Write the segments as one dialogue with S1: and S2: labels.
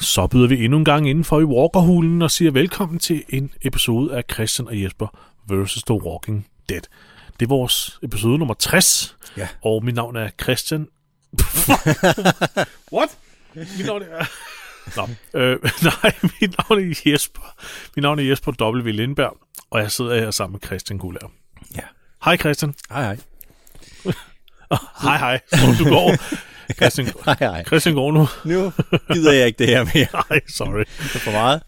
S1: Så byder vi endnu en gang indenfor i Walkerhulen og siger velkommen til en episode af Christian og Jesper vs. The Walking Dead. Det er vores episode nummer 60,
S2: Ja.
S1: og mit navn er Christian. What? Mit navn er... Nå, øh, nej, mit navn er Jesper. Mit navn er Jesper W. Lindberg, og jeg sidder her sammen med Christian Gulær.
S2: Ja.
S1: Hej Christian.
S2: Hej, hej.
S1: Hej hej. Som du går. Christian,
S2: Hej, hej.
S1: Christian går nu.
S2: Nu gider jeg ikke det her mere.
S1: Nej, sorry.
S2: Det er for meget.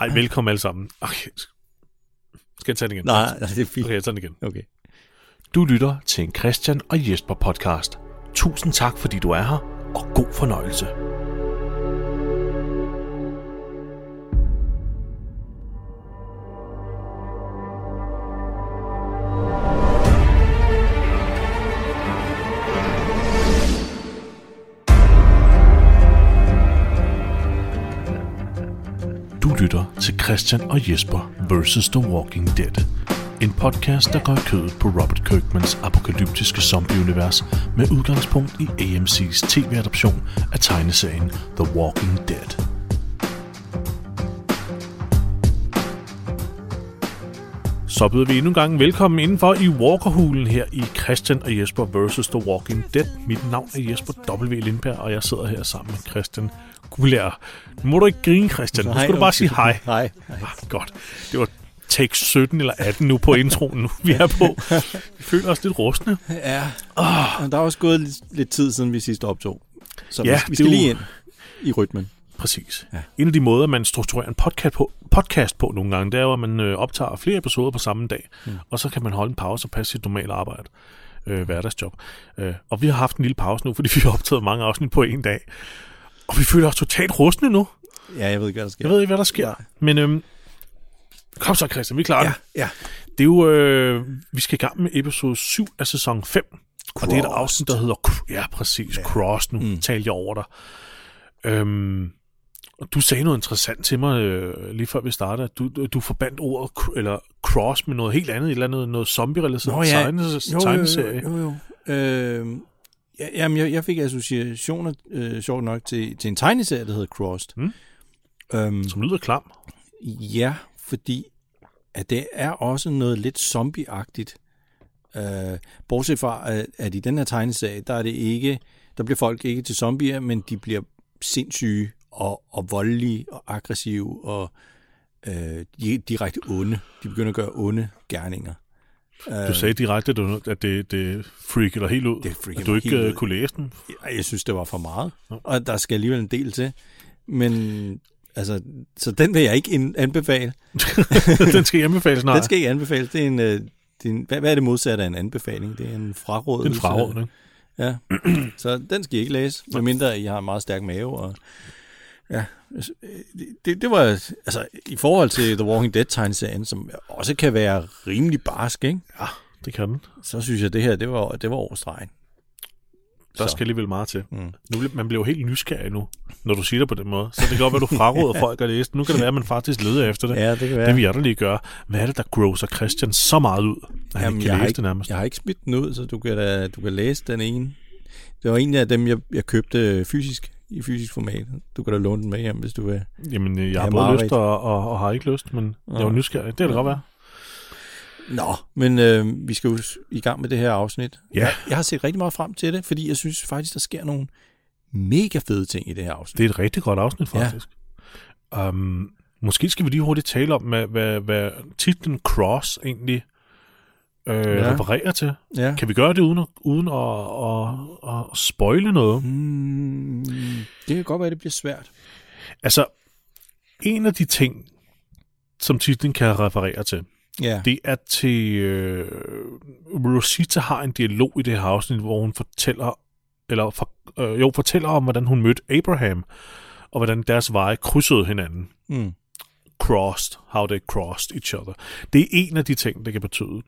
S1: Ej, velkommen alle sammen. Okay. Skal jeg tage den igen?
S2: Nej, nej, det er fint.
S1: Okay, jeg tager den igen.
S2: Okay.
S1: Du lytter til en Christian og Jesper podcast. Tusind tak, fordi du er her, og god fornøjelse. Du lytter til Christian og Jesper vs. The Walking Dead. En podcast, der går i kødet på Robert Kirkmans apokalyptiske zombieunivers med udgangspunkt i AMC's tv-adoption af tegneserien The Walking Dead. Så byder vi endnu en gang velkommen indenfor i Walkerhulen her i Christian og Jesper vs. The Walking Dead. Mit navn er Jesper W. Lindberg, og jeg sidder her sammen med Christian Gullær. Nu må du ikke grine, Christian. Nu skal du bare sige hej.
S2: Hej.
S1: Ah, godt. Det var take 17 eller 18 nu på introen, nu vi er på. Vi føler os lidt rustne.
S2: Ja. Oh. Der er også gået lidt, lidt tid, siden vi sidst optog. Så
S1: Ja,
S2: ja, vi, vi
S1: det er
S2: skal
S1: jo-
S2: lige ind i rytmen.
S1: Præcis. Ja.
S2: Ja.
S1: En af de måder, man strukturerer en podcast på, podcast på nogle gange, det er jo, at man øh, optager flere episoder på samme dag, mm. og så kan man holde en pause og passe sit normale arbejde, øh, hverdagsjob. Øh, og vi har haft en lille pause nu, fordi vi har optaget mange afsnit på en dag. Og vi føler os totalt rustne nu.
S2: Ja, jeg ved ikke, hvad der sker.
S1: Jeg ved ikke, hvad der sker.
S2: Nej.
S1: Men øhm, kom så, Christian, vi klarer
S2: Ja,
S1: det.
S2: ja.
S1: Det er jo, øh, vi skal i gang med episode 7 af sæson 5. Crossed. Og det er et
S2: Crossed.
S1: afsnit, der hedder... Cr- Ja, præcis. Ja. Cross. Nu mm. talte jeg over dig. Øhm, og du sagde noget interessant til mig, øh, lige før vi startede. Du, du forbandt ordet cr- eller cross med noget helt andet. Et eller andet noget zombie-relateret tegnes- tegneserie.
S2: Jo, jo, jo. jo. Øh, ja, jamen, jeg, jeg fik associationer, øh, sjovt nok, til, til en tegneserie, der hedder Crossed.
S1: Mm.
S2: Øhm,
S1: Som lyder klam.
S2: Ja, fordi at det er også noget lidt zombieagtigt. Øh, bortset fra, at, at i den her tegneserie, der er det ikke, der bliver folk ikke til zombier, men de bliver sindssyge og, og voldelige og aggressive og øh, de er direkte onde. De begynder at gøre onde gerninger. Øh,
S1: Du sagde direkte, at du- at det, det freaker dig helt ud.
S2: Det freaker
S1: at du
S2: mig
S1: ikke
S2: helt
S1: øh,
S2: ud.
S1: kunne læse den.
S2: Jeg- Jeg synes, det var for meget, og der skal alligevel en del til. Men altså, så den vil jeg ikke ind- anbefale.
S1: den skal hjemmefales snart.
S2: Den skal ikke anbefales. Det er en, øh, det er en, hvad, hvad er det modsatte af en anbefaling? Det er en frarådelse.
S1: Den frarådning.
S2: Ja, så den skal I ikke læse, medmindre I har en meget stærk mave. Og, ja, altså, øh, det, det var, altså, i forhold til The Walking Dead-tegneserien, som også kan være rimelig barsk, ikke?
S1: Ja, det kan den.
S2: så synes jeg, det her, det var, det var overstregen.
S1: Der
S2: Så.
S1: skal alligevel meget til. Mm.
S2: Mm.
S1: Nu, bliver- man bliver jo helt nysgerrig nu, når du siger det på den måde. Så det kan godt være, du fraråder folk at læse det. Nu kan det være, at man faktisk leder efter det.
S2: Ja, det kan være.
S1: Det vil jeg da lige gøre. Hvad er det, der grosser Christian så meget ud, at han
S2: Jamen,
S1: ikke
S2: jeg,
S1: kan
S2: har
S1: læse
S2: ikke,
S1: det nærmest?
S2: jeg har ikke smidt den ud, så du kan, da, du kan læse den ene. Det var en af dem, jeg, jeg købte fysisk, i fysisk format. Du kan da låne den med hjem, hvis du vil.
S1: Jamen, øh, jeg har
S2: Ja,
S1: både
S2: meget
S1: lyst og, og, og har ikke lyst, men jeg er jo nysgerrig. Det kan det godt være.
S2: Nå, men øh, vi skal jo s- i gang med det her afsnit.
S1: Ja.
S2: Jeg, jeg har set rigtig meget frem til det, fordi jeg synes faktisk, der sker nogle mega fede ting i det her afsnit.
S1: Det er et rigtig godt afsnit,
S2: Ja.
S1: faktisk. Ja. Um, måske skal vi lige hurtigt tale om, hvad, hvad, hvad titlen Cross egentlig øh, ja. refererer til.
S2: Ja.
S1: Kan vi gøre det uden, at- uden at, at, at spoile noget?
S2: Mm, det kan godt være, det bliver svært.
S1: Altså, en af de ting, som titlen kan referere til,
S2: Ja,
S1: det er til... Øh, Rosita har en dialog i det her afsnit, hvor hun fortæller, eller for, øh, jo, fortæller om, hvordan hun mødte Abraham, og hvordan deres veje krydsede hinanden.
S2: mm,
S1: Crossed, how they crossed each other. Det er en af de ting, det kan betyde.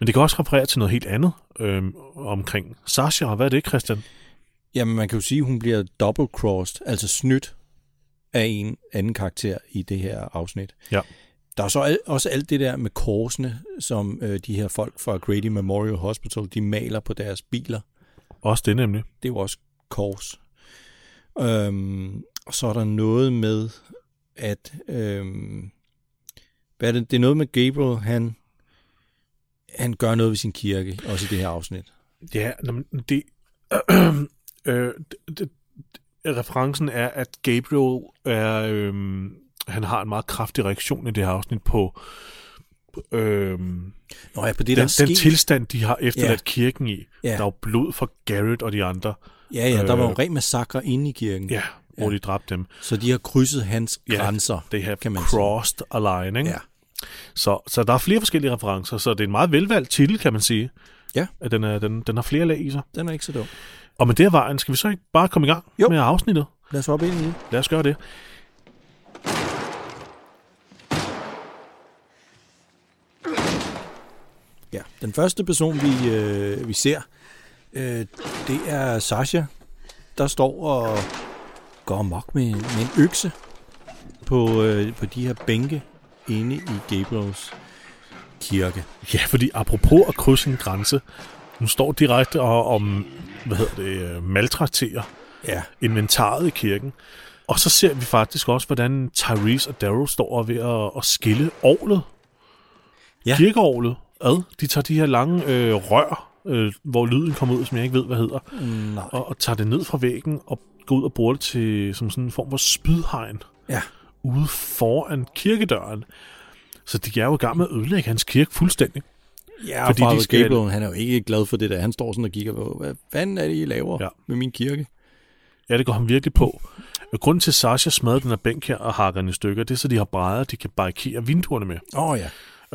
S1: Men det kan også referere til noget helt andet øh, omkring Sasha, og hvad er det, Christian?
S2: Jamen, man kan jo sige, at hun bliver double-crossed, altså snydt af en anden karakter i det her afsnit.
S1: Ja.
S2: Der er så al- også alt det der med korsene, som øh, de her folk fra Grady Memorial Hospital, de maler på deres biler.
S1: Også det nemlig.
S2: Det er jo også kors. Øhm, Og så er der noget med, at... Øhm, hvad er det? det er noget med Gabriel, han, han gør noget ved sin kirke, også i det her afsnit.
S1: Ja, nå, men det, øh, det, det, referencen er, at Gabriel er, øh, han har en meget kraftig reaktion i det her afsnit på øh, den,
S2: Nå ja, på det, der er
S1: den
S2: sket.
S1: tilstand, de har efterladt
S2: Ja.
S1: ja. kirken i.
S2: Ja.
S1: Ja. Der er jo blod for Garrett og de andre,
S2: ja, ja, der var jo
S1: øh,
S2: ren massakre inde i kirken.
S1: ja, hvor de dræbte dem.
S2: Så de har krydset hans
S1: Ja,
S2: grænser,
S1: They have
S2: kan man
S1: crossed a line, ikke?
S2: sige. Ja.
S1: Så, så der er flere forskellige referencer, så det er en meget velvalgt titel, kan man sige.
S2: Ja.
S1: At den, er, den, den har flere lag i sig.
S2: Den er ikke så dum.
S1: Og med det her vejen, skal vi så ikke bare komme i gang
S2: Jo.
S1: med afsnittet?
S2: Lad os hoppe ind i det.
S1: Lad os gøre det.
S2: Ja. Den første person, vi, øh, vi ser, øh, det er Sasha, der står og går amok med, med en økse på, øh, på de her bænke inde i Gabriels kirke.
S1: Ja, fordi apropos at krydse en grænse, hun står direkte og om, hvad hedder det, øh, maltrakterer
S2: Ja.
S1: inventaret i kirken. Og så ser vi faktisk også, hvordan Tyrese og Daryl står ved at, at skille orlet,
S2: Ja.
S1: ja. kirkeorlet, ad. De tager de her lange øh, rør, øh, hvor lyden kommer ud, som jeg ikke ved, hvad hedder,
S2: Nej.
S1: og, og tager det ned fra væggen og går ud og bruger det til som sådan en form for spydhegn
S2: Ja.
S1: ude foran kirkedøren. Så de er jo i gang med at ødelægge hans kirke fuldstændig.
S2: Ja,
S1: Fordi
S2: fordi de
S1: de skal-
S2: Gabriel, han er jo ikke glad for det der. Han står sådan og kigger på, hvad fanden er det, I laver ja.
S1: Ja.
S2: med min kirke?
S1: Ja, det går ham virkelig på. Og Grunden til, at Sasha smadrer den her bænk her og hakker den i stykker, det er, så de har brædder, de kan barrikere vinduerne med.
S2: Åh oh, ja.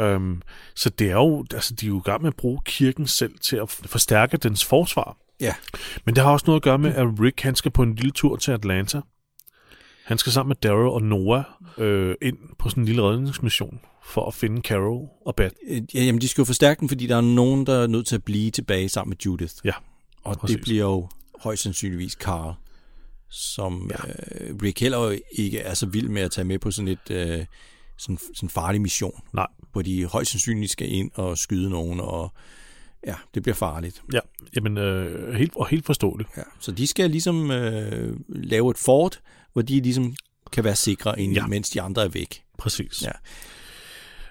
S1: Øhm, så det er jo, altså, de er jo i gang med at bruge kirken selv til at forstærke dens forsvar.
S2: Ja.
S1: Men det har også noget at gøre med, at Rick han skal på en lille tur til Atlanta. Han skal sammen med Daryl og Noah øh, ind på sådan en lille redningsmission for at finde Carol og Bat.
S2: Øh, ja, Jamen, de skal jo forstærke den, fordi der er nogen, der er nødt til at blive tilbage sammen med Judith.
S1: Ja,
S2: Og Præcis.
S1: Præcis.
S2: det bliver jo højst sandsynligvis Carl, som ja. øh, Rick heller jo ikke er så vild med at tage med på sådan et øh, sådan, sådan farlig mission,
S1: nej.
S2: hvor de højst sandsynligt skal ind og skyde nogen, og ja, det bliver farligt.
S1: Ja, jamen, øh, helt, og helt forståeligt.
S2: Ja. Så de skal ligesom øh, lave et fort, hvor de ligesom kan være sikre, egentlig, ja.
S1: Ja.
S2: mens de andre er væk.
S1: Præcis.
S2: Ja.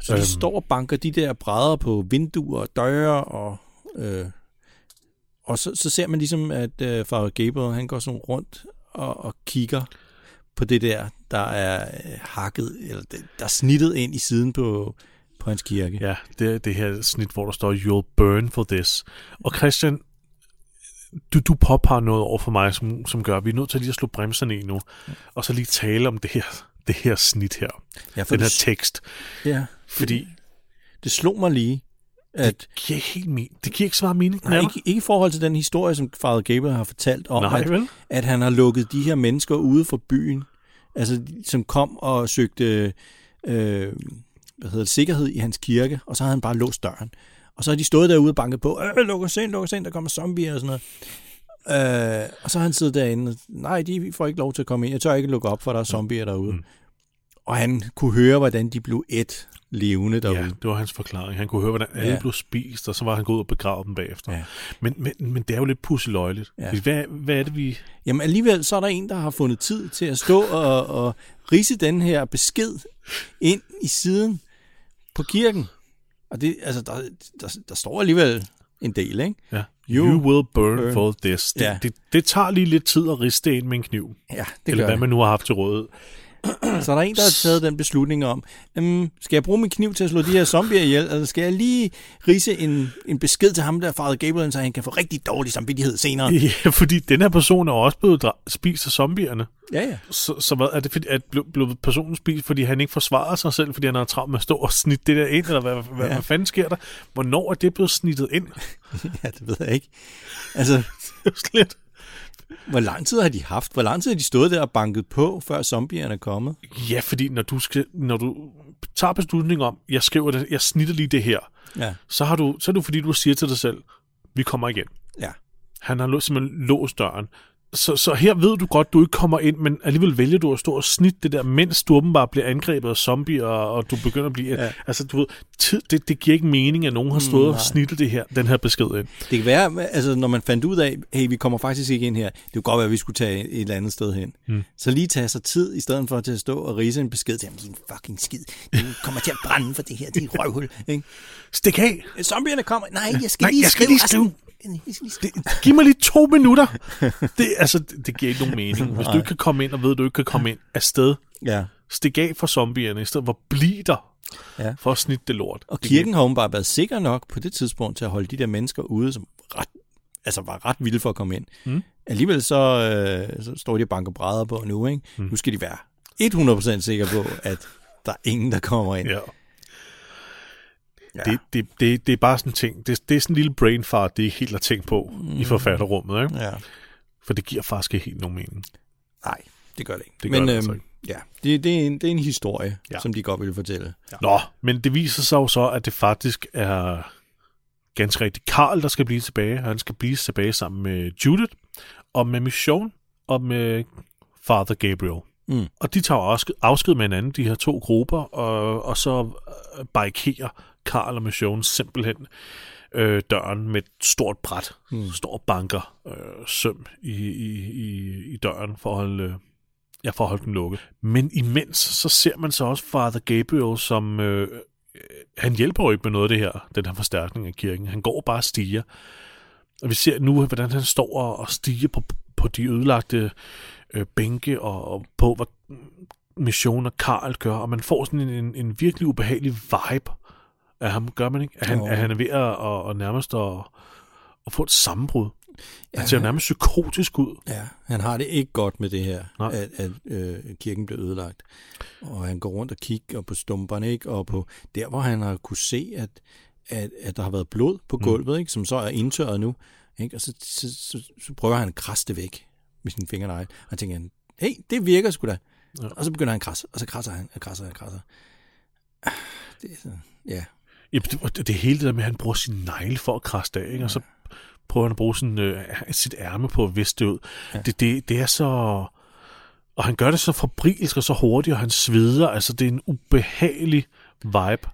S2: Så de
S1: Øhm.
S2: står og banker de der brædder på vinduer og døre, og, øh, og så, så ser man ligesom, at øh, far Gabriel, han går sådan rundt og, og kigger på det der, der er øh, hakket, eller det, der er snittet ind i siden på, på hans kirke.
S1: Ja, det er det her snit, hvor der står, you'll burn for this. Og Christian, du, du påpeger noget over for mig, som, som gør, at vi er nødt til lige at slå bremserne i nu, og så lige tale om det her, det her snit her,
S2: Ja, for
S1: den her
S2: det,
S1: tekst.
S2: ja,
S1: Fordi
S2: det slog mig lige, at
S1: det giver, helt men- det giver ikke så meget mening.
S2: nej,
S1: vel?
S2: ikke, ikke i forhold til den historie, som far Gabriel har fortalt om,
S1: Nej
S2: at,
S1: vel?
S2: at han har lukket de her mennesker ude fra byen, altså som kom og søgte øh, hvad hedder det, sikkerhed i hans kirke, og så havde han bare låst døren. Og så har de stået derude og banket på, øh, luk os ind, luk os ind, der kommer zombier og sådan noget. Øh, og så har han siddet derinde, og, nej, de får ikke lov til at komme ind, jeg tør ikke lukke op, for der er zombier derude. Mm. Og han kunne høre, hvordan de blev et levende derude.
S1: Ja, det var hans forklaring. Han kunne høre, hvordan alle
S2: Ja.
S1: ja. blev spist, og så var han gået ud og begravet dem bagefter.
S2: Ja.
S1: Ja. Men, men, men det er jo lidt pusseløjeligt.
S2: Ja.
S1: Ja. Hvad, hvad er det, vi...
S2: Jamen alligevel, så er der en, der har fundet tid til at stå og, og rise den her besked ind i siden på kirken. Og det, altså, der, der, der står alligevel en del, ikke?
S1: Ja.
S2: You
S1: You, you will burn,
S2: burn.
S1: burn for this. Det,
S2: Ja.
S1: ja. det, det tager lige lidt tid at riste det ind med en kniv.
S2: Ja,
S1: Det eller hvad man nu har haft til rådighed.
S2: Så er der en, der har taget den beslutning om, um, skal jeg bruge min kniv til at slå de her zombier ihjel, eller skal jeg lige rise en, en besked til ham, der farede Gabriel, så han kan få rigtig dårlig samvittighed senere?
S1: Ja, fordi den her person er også blevet dra- spist af zombierne.
S2: Ja, ja.
S1: Så, så hvad, er det fordi, at blev, blev personen spist, fordi han ikke forsvarer sig selv, fordi han har travlt med at stå og snitte det der ind, eller hvad, hvad,
S2: Ja.
S1: ja. hvad fanden sker der? Hvornår er det blevet snittet ind?
S2: ja, det ved jeg ikke. Altså,
S1: Det er jo sådan lidt-
S2: hvor lang tid har de haft? Hvor lang tid har de stået der og banket på, før zombierne er kommet?
S1: ja, fordi når du, skal, når du tager beslutningen om, jeg skriver det, jeg snitter lige det her,
S2: Ja,
S1: så, har du, så er det jo fordi, du siger til dig selv, vi kommer igen.
S2: ja.
S1: Han har lå- simpelthen låst døren. Så, så her ved du godt, du ikke kommer ind, men alligevel vælger du at stå og snitte det der, mens du åbenbart bliver angrebet af zombier, og, og du begynder at blive... Ja. Altså, du ved, tid, det, det giver ikke mening, at nogen har stået mm, og snittet det her, den her besked ind.
S2: Det kan være, altså når man fandt ud af, hey, vi kommer faktisk ikke ind her, det kunne godt være, at vi skulle tage et eller andet sted hen. Mm. Så lige tage sig tid, i stedet for til at stå og rise en besked til ham, din fucking skid, du kommer til at brænde for det her, din røvhul. Ikke?
S1: Stik af!
S2: Zombierne kommer, nej, jeg skal
S1: Nej,
S2: lige
S1: jeg skal
S2: skrive
S1: lige skrive.
S2: resten. Jeg skal lige skrive.
S1: Det, giv mig lige to minutter! Det, altså, det, det giver ikke nogen mening. Hvis du ikke kan komme ind, og ved, at du ikke kan komme ind afsted,
S2: Ja.
S1: stik af fra zombierne, i stedet for bliv der
S2: Ja.
S1: ja. for at snitte det lort.
S2: Og kirken har åbenbart været sikker nok på det tidspunkt til at holde de der mennesker ude, som ret, altså var ret vilde for at komme ind. Mm. Alligevel så, øh, så står de og banker brædder på nu, ikke? Mm. Nu skal de være 100% sikre på, at der er ingen, der kommer ind.
S1: Ja. Det, det, det, det er bare sådan en ting. Det, det er sådan en lille brain fart, det ikke helt har tænkt på mm. i forfatterrummet. Ikke?
S2: ja.
S1: For det giver faktisk ikke helt nogen mening.
S2: Nej, det gør det ikke.
S1: Det
S2: øhm,
S1: gør det altså ikke.
S2: ja, det, det, er en, det er en historie, ja.
S1: Ja.
S2: som de godt vil fortælle.
S1: Ja. Nå, men det viser sig jo så, at det faktisk er ganske rigtigt Karl, der skal blive tilbage. Han skal blive tilbage sammen med Judith, og med Mission, og med Father Gabriel.
S2: Mm.
S1: Og de tager også afsked med hinanden, de her to grupper, og, og så øh, barrikerer Karl og Mission simpelthen øh, døren med et stort bræt. Mm. Står banker øh, søm i, i, i, i døren for at holde, øh, ja, for at holde den lukket. Men imens, så ser man så også Father Gabriel, som... Øh, øh, han hjælper jo ikke med noget af det her, den her forstærkning af kirken. Han går bare og stiger. Og vi ser nu, hvordan han står og, og stiger på, på de ødelagte øh, bænke, og, og på, hvad Mission og Karl gør, og man får sådan en, en, en virkelig ubehagelig vibe af ham, gør man ikke? At han,
S2: Jo.
S1: at han er ved at og, og nærmest at, at få et sammenbrud. Ja. Han ser jo nærmest psykotisk ud.
S2: Ja, han har det ikke godt med det her,
S1: Nej.
S2: at, at øh, kirken blev ødelagt. Og han går rundt og kigger på stumperne, ikke? og på der, hvor han har kunne se, at, at, at der har været blod
S1: Mm.
S2: på gulvet, ikke? som så er indtørret nu. Ikke? Og så, så, så, så prøver han at krasse det væk med sine fingernegle. Og tænker han, hey, det virker sgu da. Ja. Og så begynder han at krasse, og så krasser han, og krasser han, og krasser. Ah, Det er sådan, ja.
S1: Ja, det, det, det hele det der med, at han bruger sin negle for at krasse af, ikke? og så prøver han at bruge sin, øh, sit ærme på at viste det ud. Ja. Det, det, det er så... Og han gør det så fabrilsk og så hurtigt, og han sveder. Altså, det er en ubehagelig vibe,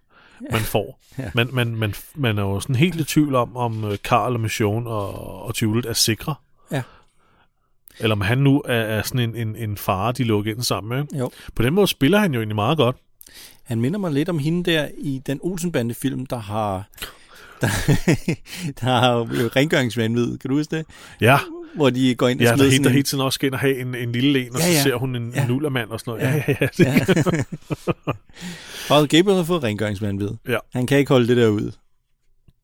S1: man får.
S2: Ja.
S1: Ja. Man, man, man, man er jo sådan helt i tvivl om, om øh, Karl og Mission og, og Judith er sikre.
S2: Ja.
S1: Eller om han nu er, er sådan en, en, en fare, de lukker ind sammen med. ikke?
S2: Jo.
S1: På den måde spiller han jo egentlig meget godt.
S2: Han minder mig lidt om hende der i den Olsenbande-film, der har... Der, der har jo rengøringsvandvid, kan du huske det?
S1: Ja.
S2: Hvor de går ind og
S1: Ja, der
S2: smider
S1: er hende, der
S2: sådan
S1: hele tiden også skal ind og have en, en lille en, og
S2: Ja,
S1: ja, ja. så
S2: ja.
S1: ser hun en,
S2: Ja.
S1: ja. en nullermand og sådan noget. Ja, ja, ja. Det, ja.
S2: en... Father Gabriel har fået rengøringsvandvid.
S1: Ja.
S2: Han kan ikke holde det der ud.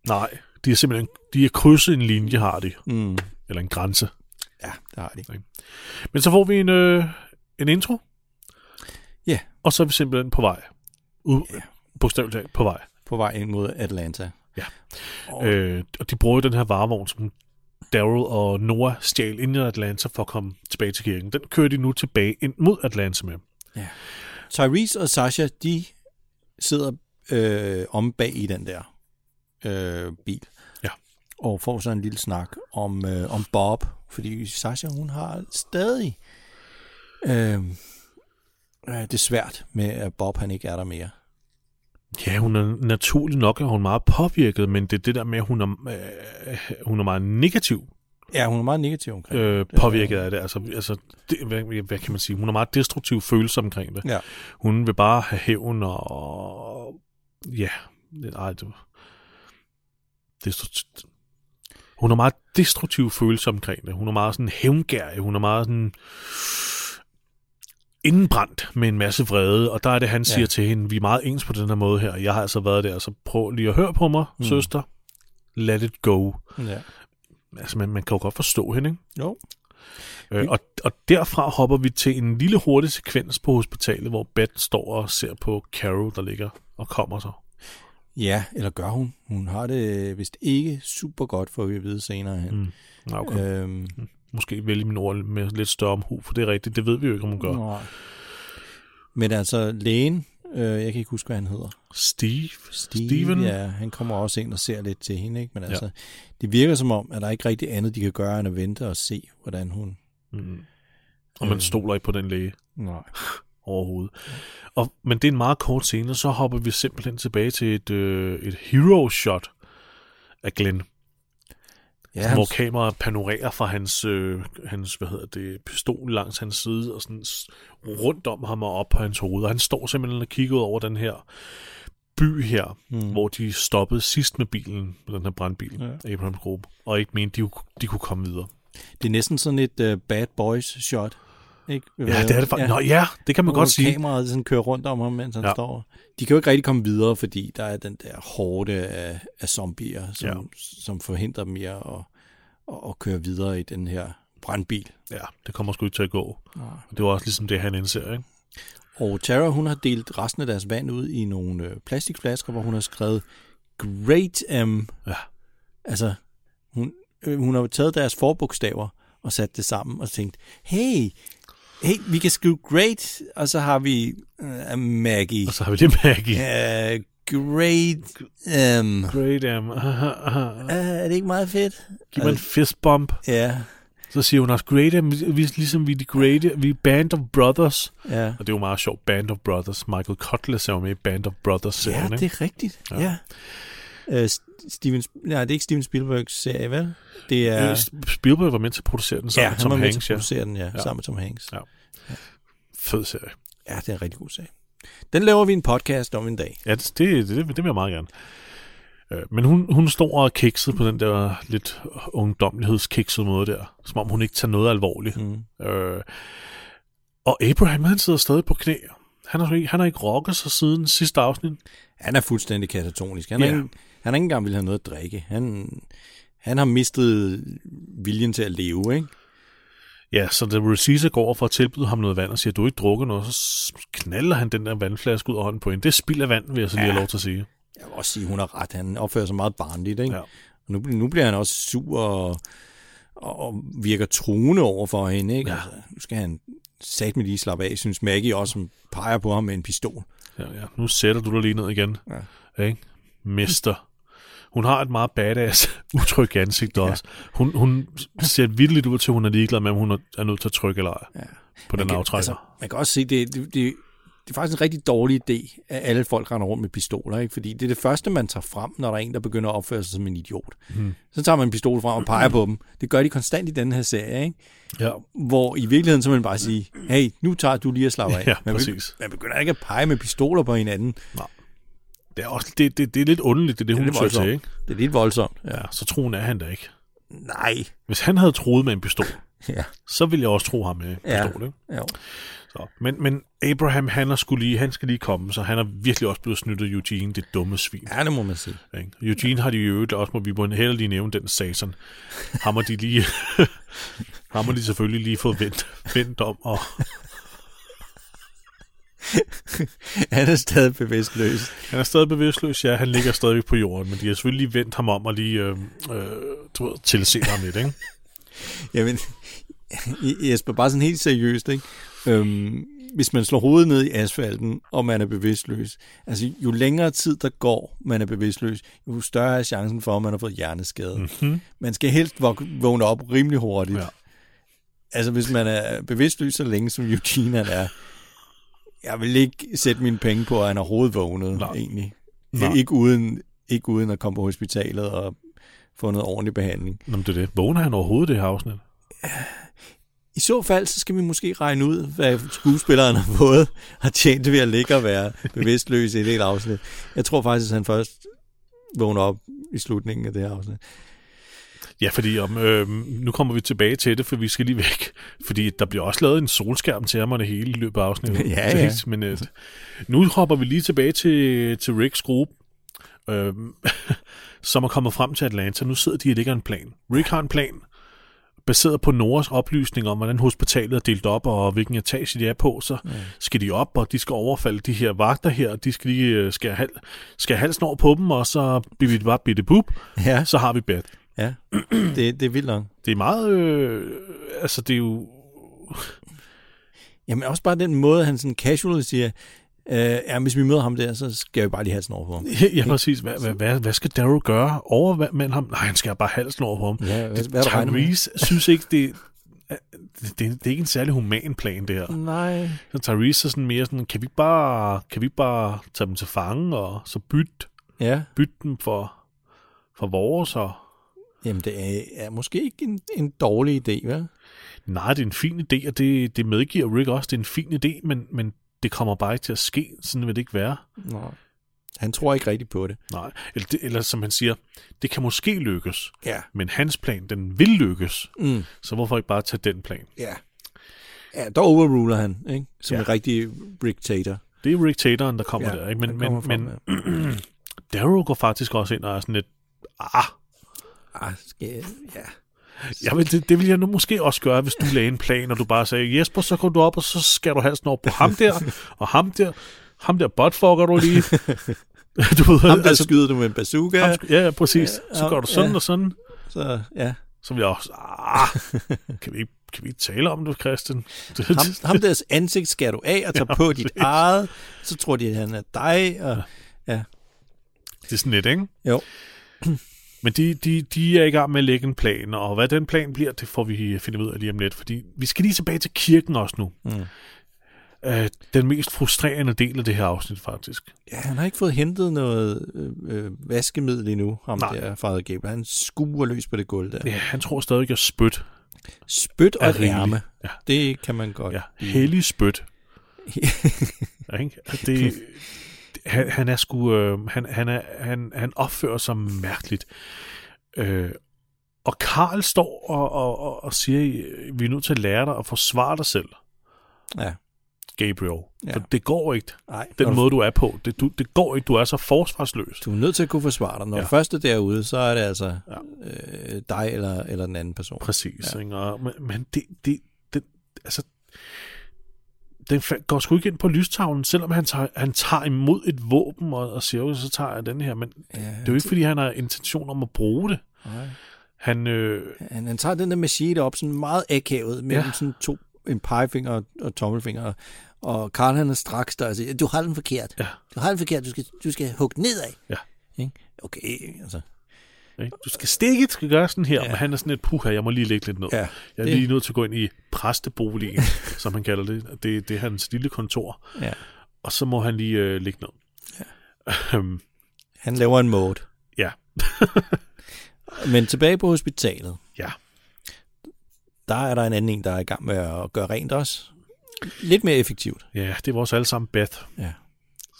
S1: Nej, de er simpelthen de er krydset en linje, har de.
S2: Mm.
S1: Eller en grænse.
S2: Ja, det har de.
S1: Men så får vi en, øh, en intro.
S2: Ja.
S1: Og så er vi simpelthen på vej. U-
S2: Ja.
S1: ja. Bogstaveligt talt på vej.
S2: På vej ind mod Atlanta. Og-
S1: Øh, og de bruger jo den her varevogn, som Daryl og Noah stjal ind i Atlanta for at komme tilbage til kirken. Den kører de nu tilbage ind mod Atlanta med.
S2: Tyrese og Sasha, de sidder øh, om bag i den der øh, bil.
S1: Ja.
S2: Og får så en lille snak om, øh, om Bob, fordi Sasha, hun har stadig øh, øh, det er svært med, at Bob han ikke er der mere.
S1: Ja, hun er naturlig nok, er hun meget påvirket, men det er det der med, at hun er, øh, hun er meget negativ
S2: Ja, hun er meget negativ omkring
S1: øh, påvirket af det. Altså, altså det, hvad, hvad kan man sige? Hun er meget destruktiv følelse omkring det.
S2: Ja.
S1: Hun vil bare have hævn og... Ja, det- ej, det, destruktiv. Hun er meget destruktiv følelse omkring det. Hun er meget sådan hævngærig. Hun er meget sådan indbrændt med en masse vrede, og der er det, han siger til hende, vi er meget ens på den her måde her, jeg har altså været der, så prøv lige at høre på mig, mm. søster. Let it go.
S2: det. Ja.
S1: Altså, man, man kan jo godt forstå hende, ikke?
S2: Jo.
S1: Øh, og, og derfra hopper vi til en lille hurtig sekvens på hospitalet, hvor Beth står og ser på Carol, der ligger og kommer så.
S2: Ja, eller gør hun? Hun har det vist ikke super godt, får vi at vide senere hen. Mm.
S1: Nå, Okay. Øh.
S2: Øhm,
S1: Måske vælge mine ord med lidt større omhu, for det er rigtigt, det ved vi jo ikke, om hun gør. Nå.
S2: nej. Men altså, lægen, øh, jeg kan ikke huske, hvad han hedder.
S1: Steve?
S2: Steve,
S1: Steven?
S2: Ja, han kommer også ind og ser lidt til hende, ikke? Men altså, ja. det virker som om, at der ikke rigtig andet, de kan gøre, end at vente og se, hvordan hun
S1: Mm. Og man
S2: Øh.
S1: stoler ikke på den læge
S2: Nej.
S1: overhovedet. Og, men det er en meget kort scene, og så hopper vi simpelthen tilbage til et, øh, et hero shot af Glenn,
S2: Ja,
S1: ja, hvor
S2: han,
S1: kameraet panorerer fra hans, øh, hans hvad hedder det, pistol langs hans side, og sådan s- rundt om ham og op på hans hoved. Og han står simpelthen og kigger ud over den her by her, mm. hvor de stoppede sidst med bilen, med den her brandbil, ja. Abrahams gruppe, og ikke mente, de, kunne- de kunne komme videre.
S2: det er næsten sådan et uh, bad boys shot. Ikke?
S1: Ja, det er det faktisk. Ja. Nå ja, det kan man
S2: Hvor
S1: godt sige.
S2: kameraet sådan kører rundt om ham, mens han
S1: Ja.
S2: ja. står. De kan jo ikke rigtig komme videre, fordi der er den der hårde af, af zombier, som,
S1: Ja.
S2: ja. som forhindrer dem i at, at, at køre videre i den her brandbil.
S1: Ja, det kommer sgu ikke til at gå.
S2: Nej.
S1: Det var også ligesom det, han indser, ikke?
S2: Og Tara, hun har delt resten af deres vand ud i nogle øh, plastikflasker, hvor hun har skrevet Great M.
S1: Ja.
S2: Altså, hun, øh, hun har jo taget deres forbogstaver og sat det sammen og tænkt, hey, hey, vi kan skrive Great, og så har vi øh, Maggie.
S1: Og så har vi det mærke i.
S2: Øh, great M.
S1: Great am.
S2: Uh, er det ikke meget fedt?
S1: Giv mig en fistbump.
S2: Ja,
S1: Så siger hun også, Great am, vi, ligesom vi er de great, vi er Band of Brothers.
S2: ja.
S1: Og det er jo meget sjovt, Band of Brothers. Michael Cutlass er jo med i Band of
S2: Ja,
S1: Brothers-serien,
S2: det
S1: ikke?
S2: er rigtigt.
S1: Ja.
S2: Ja. ja. Øh, Steven, Sp- nej, det er ikke Steven Spielbergs serie, vel? Det er...
S1: Øh, Spielberg var med til at producere den sammen
S2: ja,
S1: med
S2: han var
S1: Tom
S2: med til at
S1: Hanks, ja.
S2: producere den, ja,
S1: Ja.
S2: ja. Sammen med Tom Hanks.
S1: Ja. Fed serie.
S2: Ja, det er en rigtig god sag. Den laver vi en podcast om en dag.
S1: Ja, det, det, det, det vil jeg meget gerne. Øh, Men hun, hun står og er kikset på den der lidt ungdomlighedskiksede måde der. Som om hun ikke tager noget alvorligt.
S2: Mm.
S1: Øh, og Abraham, han sidder stadig på knæ. Han har, ikke- han har ikke rocket sig siden sidste afsnit.
S2: Han er fuldstændig katatonisk. Han, ja.
S1: Ja.
S2: er ikke, han har ikke engang vil have noget at drikke. Han, han har mistet viljen til at leve, ikke?
S1: Ja, så da Recisa går over for at tilbyde ham noget vand og siger, du har ikke drukket noget, så s- knaller han den der vandflaske ud af hånden på hende. Det spilder vand, vil jeg så lige ja. have lov til at sige.
S2: Jeg vil også sige, hun har ret. Han opfører sig meget barnligt, ikke?
S1: Ja.
S2: Og nu, nu bliver han også sur og, og virker truende over for hende. Ikke? Ja. Altså, nu skal han sat med lige slappe af, synes Maggie også, som peger på ham med en pistol.
S1: Ja, ja. Nu sætter du dig lige ned igen. Ja. Ikke? Mister. Hun har et meget badass, utrygt ansigt også. Hun, hun ser vildt ud til, at hun er ligeglad med, om hun er- er nødt til at trykke eller ej ja. på den aftrækker.
S2: altså, man kan også se, det, det, det, det er faktisk en rigtig dårlig idé, at alle folk render rundt med pistoler. Ikke? Fordi det er det første, man tager frem, når der er en, der begynder at opføre sig som en idiot. Hmm. Så tager man en pistol frem og peger på dem. Det gør de konstant i den her serie. Ikke?
S1: ja.
S2: hvor i virkeligheden så vil man bare sige, hey, nu tager du lige at slappe af.
S1: Ja,
S2: man, be-
S1: præcis.
S2: man begynder ikke at pege med pistoler på hinanden.
S1: Det er, også, det, det, det er lidt underligt, det er det,
S2: Det er
S1: hun
S2: lidt
S1: det til,
S2: voldsomt.
S1: ikke?
S2: Det er lidt voldsomt. Ja.
S1: Ja, så troen er han da ikke.
S2: Nej.
S1: Hvis han havde troet med en pistol,
S2: Ja.
S1: så ville jeg også tro ham med en
S2: Ja.
S1: pistol, ikke?
S2: Jo.
S1: Så. Men, men Abraham, han, er skulle lige, han skal lige komme, så han er virkelig også blevet snydt af Eugene, det dumme svin.
S2: ja, det må man sige.
S1: Ikke? Eugene har de jo øvrigt også, må vi må heller lige nævne den satan. Hammer de lige... hammer de selvfølgelig lige fået vendt, vendt om, og
S2: Han er stadig bevidstløs.
S1: han er stadig bevidstløs, ja, han ligger stadigvæk på jorden, men de har selvfølgelig lige vendt ham om og lige øh, øh, du ved, tilset ham lidt, ikke?
S2: Jamen, Jesper, bare sådan helt seriøst, ikke? Øhm, hvis man slår hovedet ned i asfalten, og man er bevidstløs, altså jo længere tid der går, man er bevidstløs, jo større er chancen for, at man har fået hjerneskade. Mm-hmm. Man skal helst våg- vågne op rimelig hurtigt.
S1: Mhm. Ja.
S2: Ja. Altså hvis man er bevidstløs så længe, som Eugene han er, jeg vil ikke sætte mine penge på, at han overhovedet vågnet,
S1: Nej.
S2: Nej. egentlig.
S1: Nej.
S2: Ikke, uden, ikke uden at komme på hospitalet og få noget ordentlig behandling.
S1: Nå, men det er det. Vågner han overhovedet i det her afsnit?
S2: I så fald, så skal vi måske regne ud, hvad skuespilleren har fået, har tjent ved at ligge og være bevidstløs i et helt afsnit. Jeg tror faktisk, at han først vågner op i slutningen af det her afsnit.
S1: Ja, fordi om, øh, nu kommer vi tilbage til det, for vi skal lige væk. Fordi der bliver også lavet en solskærm til ham og det hele i løbet af afsnittet.
S2: Ja, ja.
S1: Men øh, nu hopper vi lige tilbage til, til Ricks gruppe, øh, som er kommet frem til Atlanta. Nu sidder de og lægger en plan. Rick har en plan, baseret på Noras oplysninger om, hvordan hospitalet er delt op, og hvilken etage de er på, så skal de op, og de skal overfalde de her vagter her, og de skal lige øh, skære, hal, skære halsen over på dem, og så bitte bare bitte bub,
S2: Ja,
S1: så har vi bad.
S2: ja. Det, det er vildt nok.
S1: Det er meget... Øh, altså, det er jo...
S2: Jamen også bare den måde, han sådan casual siger, øh, ja, hvis vi møder ham der, så skal vi bare lige have sådan over på ham.
S1: Ja, præcis. Hvad, hvad, hvad, hvad skal Daryl gøre? Overmand ham? Nej, han skal bare halsen over på ham.
S2: Ja, hvad,
S1: Tyrese synes ikke, det... det, det er ikke en særlig human plan, det her.
S2: Nej.
S1: Så Tyrese er sådan mere sådan, kan vi ikke bare, kan vi ikke bare tage dem til fange, og så bytte,
S2: Ja.
S1: bytte dem for, for vores, og
S2: Jamen, det er, er måske ikke en, en dårlig idé, vel?
S1: nej, det er en fin idé, og det, det medgiver Rick også, det er en fin idé, men, men det kommer bare ikke til at ske, sådan vil det ikke være.
S2: Nej. Han tror ikke rigtigt på det.
S1: Nej, eller, det, eller som han siger, det kan måske lykkes,
S2: Ja.
S1: men hans plan, den vil lykkes,
S2: Mm.
S1: så hvorfor ikke bare tage den plan?
S2: Ja. Ja, der overruler han, ikke? Som
S1: Ja.
S2: ja. en rigtig dictator.
S1: Det er Rick Tateren, der kommer
S2: Ja,
S1: der, ikke? Men,
S2: der
S1: men,
S2: kommer
S1: men
S2: frem,
S1: Darrow går faktisk også ind og er sådan lidt, ah,
S2: Ah, skal jeg- ja.
S1: Ja, men det, det ville jeg nu måske også gøre, hvis du lagde en plan, og du bare sagde, Jesper, så går du op, og så skal du halsen over på ham der, og ham der, ham der botfucker du lige. du ved,
S2: Ham, der altså, skyder du med en bazooka.
S1: ham, sk- ja, ja, præcis.
S2: Ja,
S1: så
S2: ham-
S1: gør du sådan
S2: ja.
S1: og sådan.
S2: så, ja.
S1: Så vil jeg også, ah, kan vi, ikke- kan vi ikke tale om det, Christian? Det,
S2: Ham,
S1: det-
S2: ham deres ansigt skærer du af og tager ja, på dit eget. Så tror de, at han er dig. Og, ja.
S1: det er sådan lidt, ikke?
S2: Jo.
S1: Men de, de, de er i gang med at lægge en plan, og hvad den plan bliver, det får vi finde ud af lige om lidt, fordi vi skal lige tilbage til kirken også nu.
S2: Mm.
S1: Øh, den mest frustrerende del af det her afsnit, faktisk.
S2: ja, han har ikke fået hentet noget øh, øh, vaskemiddel endnu, ham
S1: Nej.
S2: Nej. der Father Gabriel. Han skuer løs på det gulv der.
S1: Ja, han tror stadig, at spyt
S2: Spyt og
S1: Er
S2: et
S1: rigeligt.
S2: ærme.
S1: Ja.
S2: Det kan man godt.
S1: Ja, hellig spyt. Ikke? Det, han, han er sgu, øh, han, han, er, han, han opfører sig mærkeligt. Øh, og Karl står og, og, og, og siger, øh, vi er nødt til at lære dig at forsvare dig selv,
S2: ja.
S1: Gabriel. Ja.
S2: Ja.
S1: For det går ikke,
S2: Ej,
S1: den
S2: når du-
S1: måde du er på. Det, du, det går ikke, du er så forsvarsløs.
S2: Du er nødt til at kunne forsvare dig. Når
S1: Ja.
S2: ja. først er derude, så er det altså
S1: Ja.
S2: ja. øh, dig eller, eller den anden person.
S1: Præcis. Ja.
S2: Ja.
S1: Ikke? Og, men, men det, det, det, altså, den fa- går sgu ikke ind på lystavlen, selvom han tager, han tager imod et våben og, og siger, "Okay, så tager jeg den her, men
S2: Ja,
S1: Det er jo ikke, fordi han har intention om at bruge det.
S2: nej.
S1: Han, øh,
S2: han, han tager den der machete op sådan meget akavet mellem
S1: Ja.
S2: ja. sådan to, en pegefinger og, og tommelfinger. og- Og Karl han er straks der og siger, du har den forkert.
S1: Ja.
S2: Du har den forkert, du skal, du skal hugge nedad.
S1: Ja.
S2: Ikke? Okay, altså.
S1: ikke? du skal stikke, du skal gøre sådan her, ja.
S2: Ja.
S1: men han er sådan et puha, jeg må lige lægge lidt ned.
S2: Ja,
S1: jeg er
S2: det-
S1: lige nødt til at gå ind i præsteboligen, som han kalder det. det. Det er hans lille kontor,
S2: Ja.
S1: og så må han lige øh, ligge ned. Øhm, Ja.
S2: Han laver en mode.
S1: ja,
S2: Men tilbage på hospitalet,
S1: ja.
S2: der er der en anden en, der er i gang med at gøre rent også. Lidt mere effektivt.
S1: Ja, det er vores alle sammen Beth,
S2: Ja.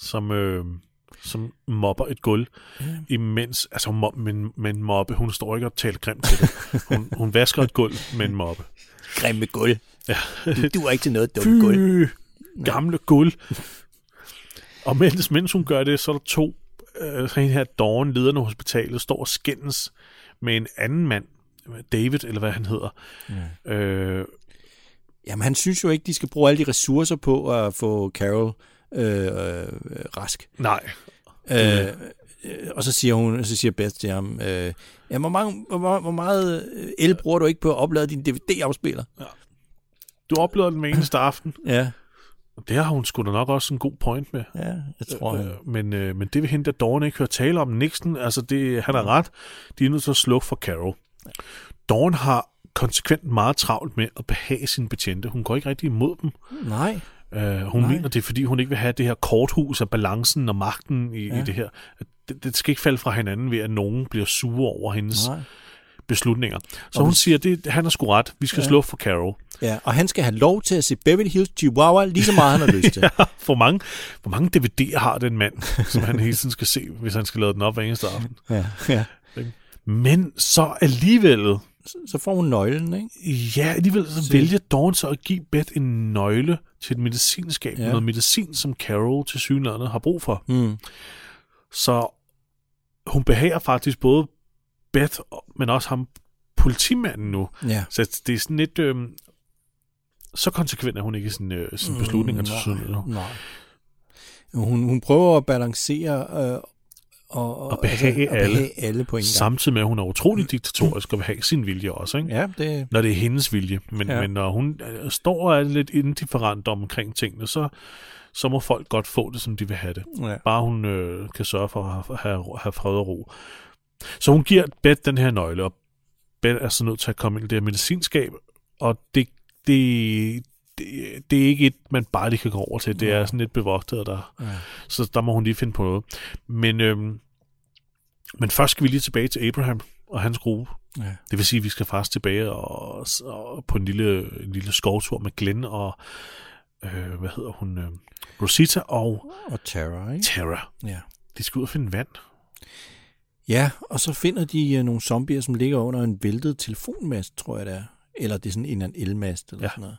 S1: som, øh, som mobber et gulv,
S2: Ja.
S1: imens, altså mob, men, men mobbe, hun står ikke og taler grimt til det. Hun, hun vasker et gulv med en mobbe.
S2: Grimme gulv.
S1: Ja.
S2: Du er ikke til noget dumt gulv.
S1: Fy, gamle guld. Og mens, mens hun gør det, så er der to, øh, så hende her Dawn, lederen af hospitalet, står og skændes med en anden mand, David, eller hvad han hedder. Ja. Øh,
S2: Jamen, han synes jo ikke, de skal bruge alle de ressourcer på at få Carol øh, øh, rask.
S1: nej,
S2: Øh, øh, og så siger hun, så siger Beth til ham, øh, ja, hvor, mange, hvor, meget- hvor meget øh, el bruger du ikke på at oplade din DVD-afspiller?
S1: du oplever den hver eneste aften.
S2: Ja,
S1: Og Det har hun sgu da nok også en god point med.
S2: ja, jeg tror øh,
S1: Øh, men, øh, men det vil hende, der Dawn ikke høre tale om. Nixon, altså det, han har ret. De er nødt til at slukke for Carol. Dawn har konsekvent meget travlt med at behage sine betjente. Hun går ikke rigtig imod dem.
S2: Nej,
S1: Uh, hun Nej.
S2: Nej.
S1: mener det, er, fordi hun ikke vil have det her korthus af balancen og magten i, ja. i det her. At Det, det skal ikke falde fra hinanden ved, at nogen bliver sure over hendes Nej.
S2: nej.
S1: beslutninger. Så hun siger, det, han har sgu ret. Vi skal ja. slå for Carol.
S2: Ja, og han skal have lov til at se Beverly Hills Chihuahua lige så meget, han har lyst til.
S1: Hvor mange, hvor mange DVD'er har den mand, som han hele tiden skal se, hvis han skal lade den op hver eneste aften?
S2: ja, ja.
S1: Men så alligevel,
S2: Så, så får hun nøglen, ikke?
S1: ja, alligevel så vælger Dawn så at give Beth en nøgle til et medicinskab, ja.
S2: Ja.
S1: noget medicin, som Carol til synlandet har brug for.
S2: Mm.
S1: Så hun behager faktisk både Beth, men også ham politimanden nu.
S2: Ja.
S1: Så det er sådan lidt... Øh, så konsekvent er hun ikke i sin, øh, sin beslutninger til
S2: Mm, nej,
S1: siden. Og,
S2: Nej. Hun, hun prøver at balancere øh, og, og,
S1: Og behage
S2: og behage alle på en gang.
S1: samtidig med, at hun er utrolig diktatorisk og vil have sin vilje også, ikke? Ja.
S2: Ja, det,
S1: Når det er hendes vilje. Men, ja.
S2: Ja.
S1: men når hun øh, står og er lidt indifferent omkring tingene, så, så må folk godt få det, som de vil have det.
S2: ja.
S1: Bare hun øh, kan sørge for at have, have, have fred og ro. Så hun giver Beth den her nøgle, og Beth er så nødt til at komme ind i det her medicinskab, og det, det, det, det er ikke et, man bare lige kan gå over til. Det er sådan lidt bevogtet, og der,
S2: Ja.
S1: så der må hun lige finde på noget. Men, øhm, men først skal vi lige tilbage til Abraham og hans gruppe.
S2: Ja.
S1: Det vil sige, at vi skal faktisk tilbage og, og på en lille, en lille skovtur med Glenn og, øh, hvad hedder hun, øh, Rosita og
S2: Og Tara, ikke?
S1: Tara.
S2: Ja.
S1: De skal ud og finde vand.
S2: Ja, og så finder de øh, nogle zombier, som ligger under en væltet telefonmast, tror jeg det er. Eller det er sådan en eller anden elmast eller
S1: Ja.
S2: ja. sådan noget.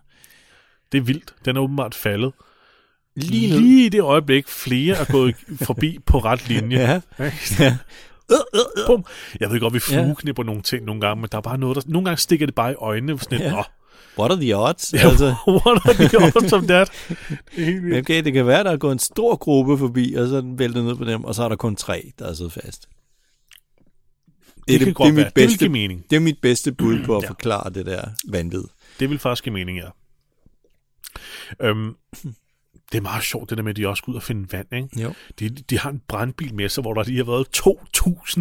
S1: Det er vildt. Den er åbenbart faldet.
S2: Lige, ned.
S1: lige i det øjeblik, flere er gået forbi på ret linje.
S2: Ja. ja. Øh, øh, øh.
S1: Bum. Jeg ved godt, vi
S2: Ja.
S1: flueknipper nogle ting nogle gange, men der er bare noget, der... Nogle gange stikker det bare i øjnene. Sådan et,
S2: Ja.
S1: ja.
S2: What are the odds?
S1: Ja.
S2: Altså,
S1: what are the odds of that? Det er helt vildt.
S2: okay, det kan være, der er gået en stor gruppe forbi, og så er den væltet ned på dem, og så er der kun tre, der er siddet fast.
S1: det, kan godt
S2: det,
S1: være.
S2: er mit
S1: det vil
S2: bedste,
S1: give mening.
S2: det er mit bedste bud på at
S1: Ja.
S2: ja. forklare det der vanvid.
S1: Det vil faktisk give mening, ja. Øhm, det er meget sjovt, det der med, at de også skal ud og finde vand, ikke?
S2: Jo.
S1: De, de har en brandbil med sig, hvor der lige har været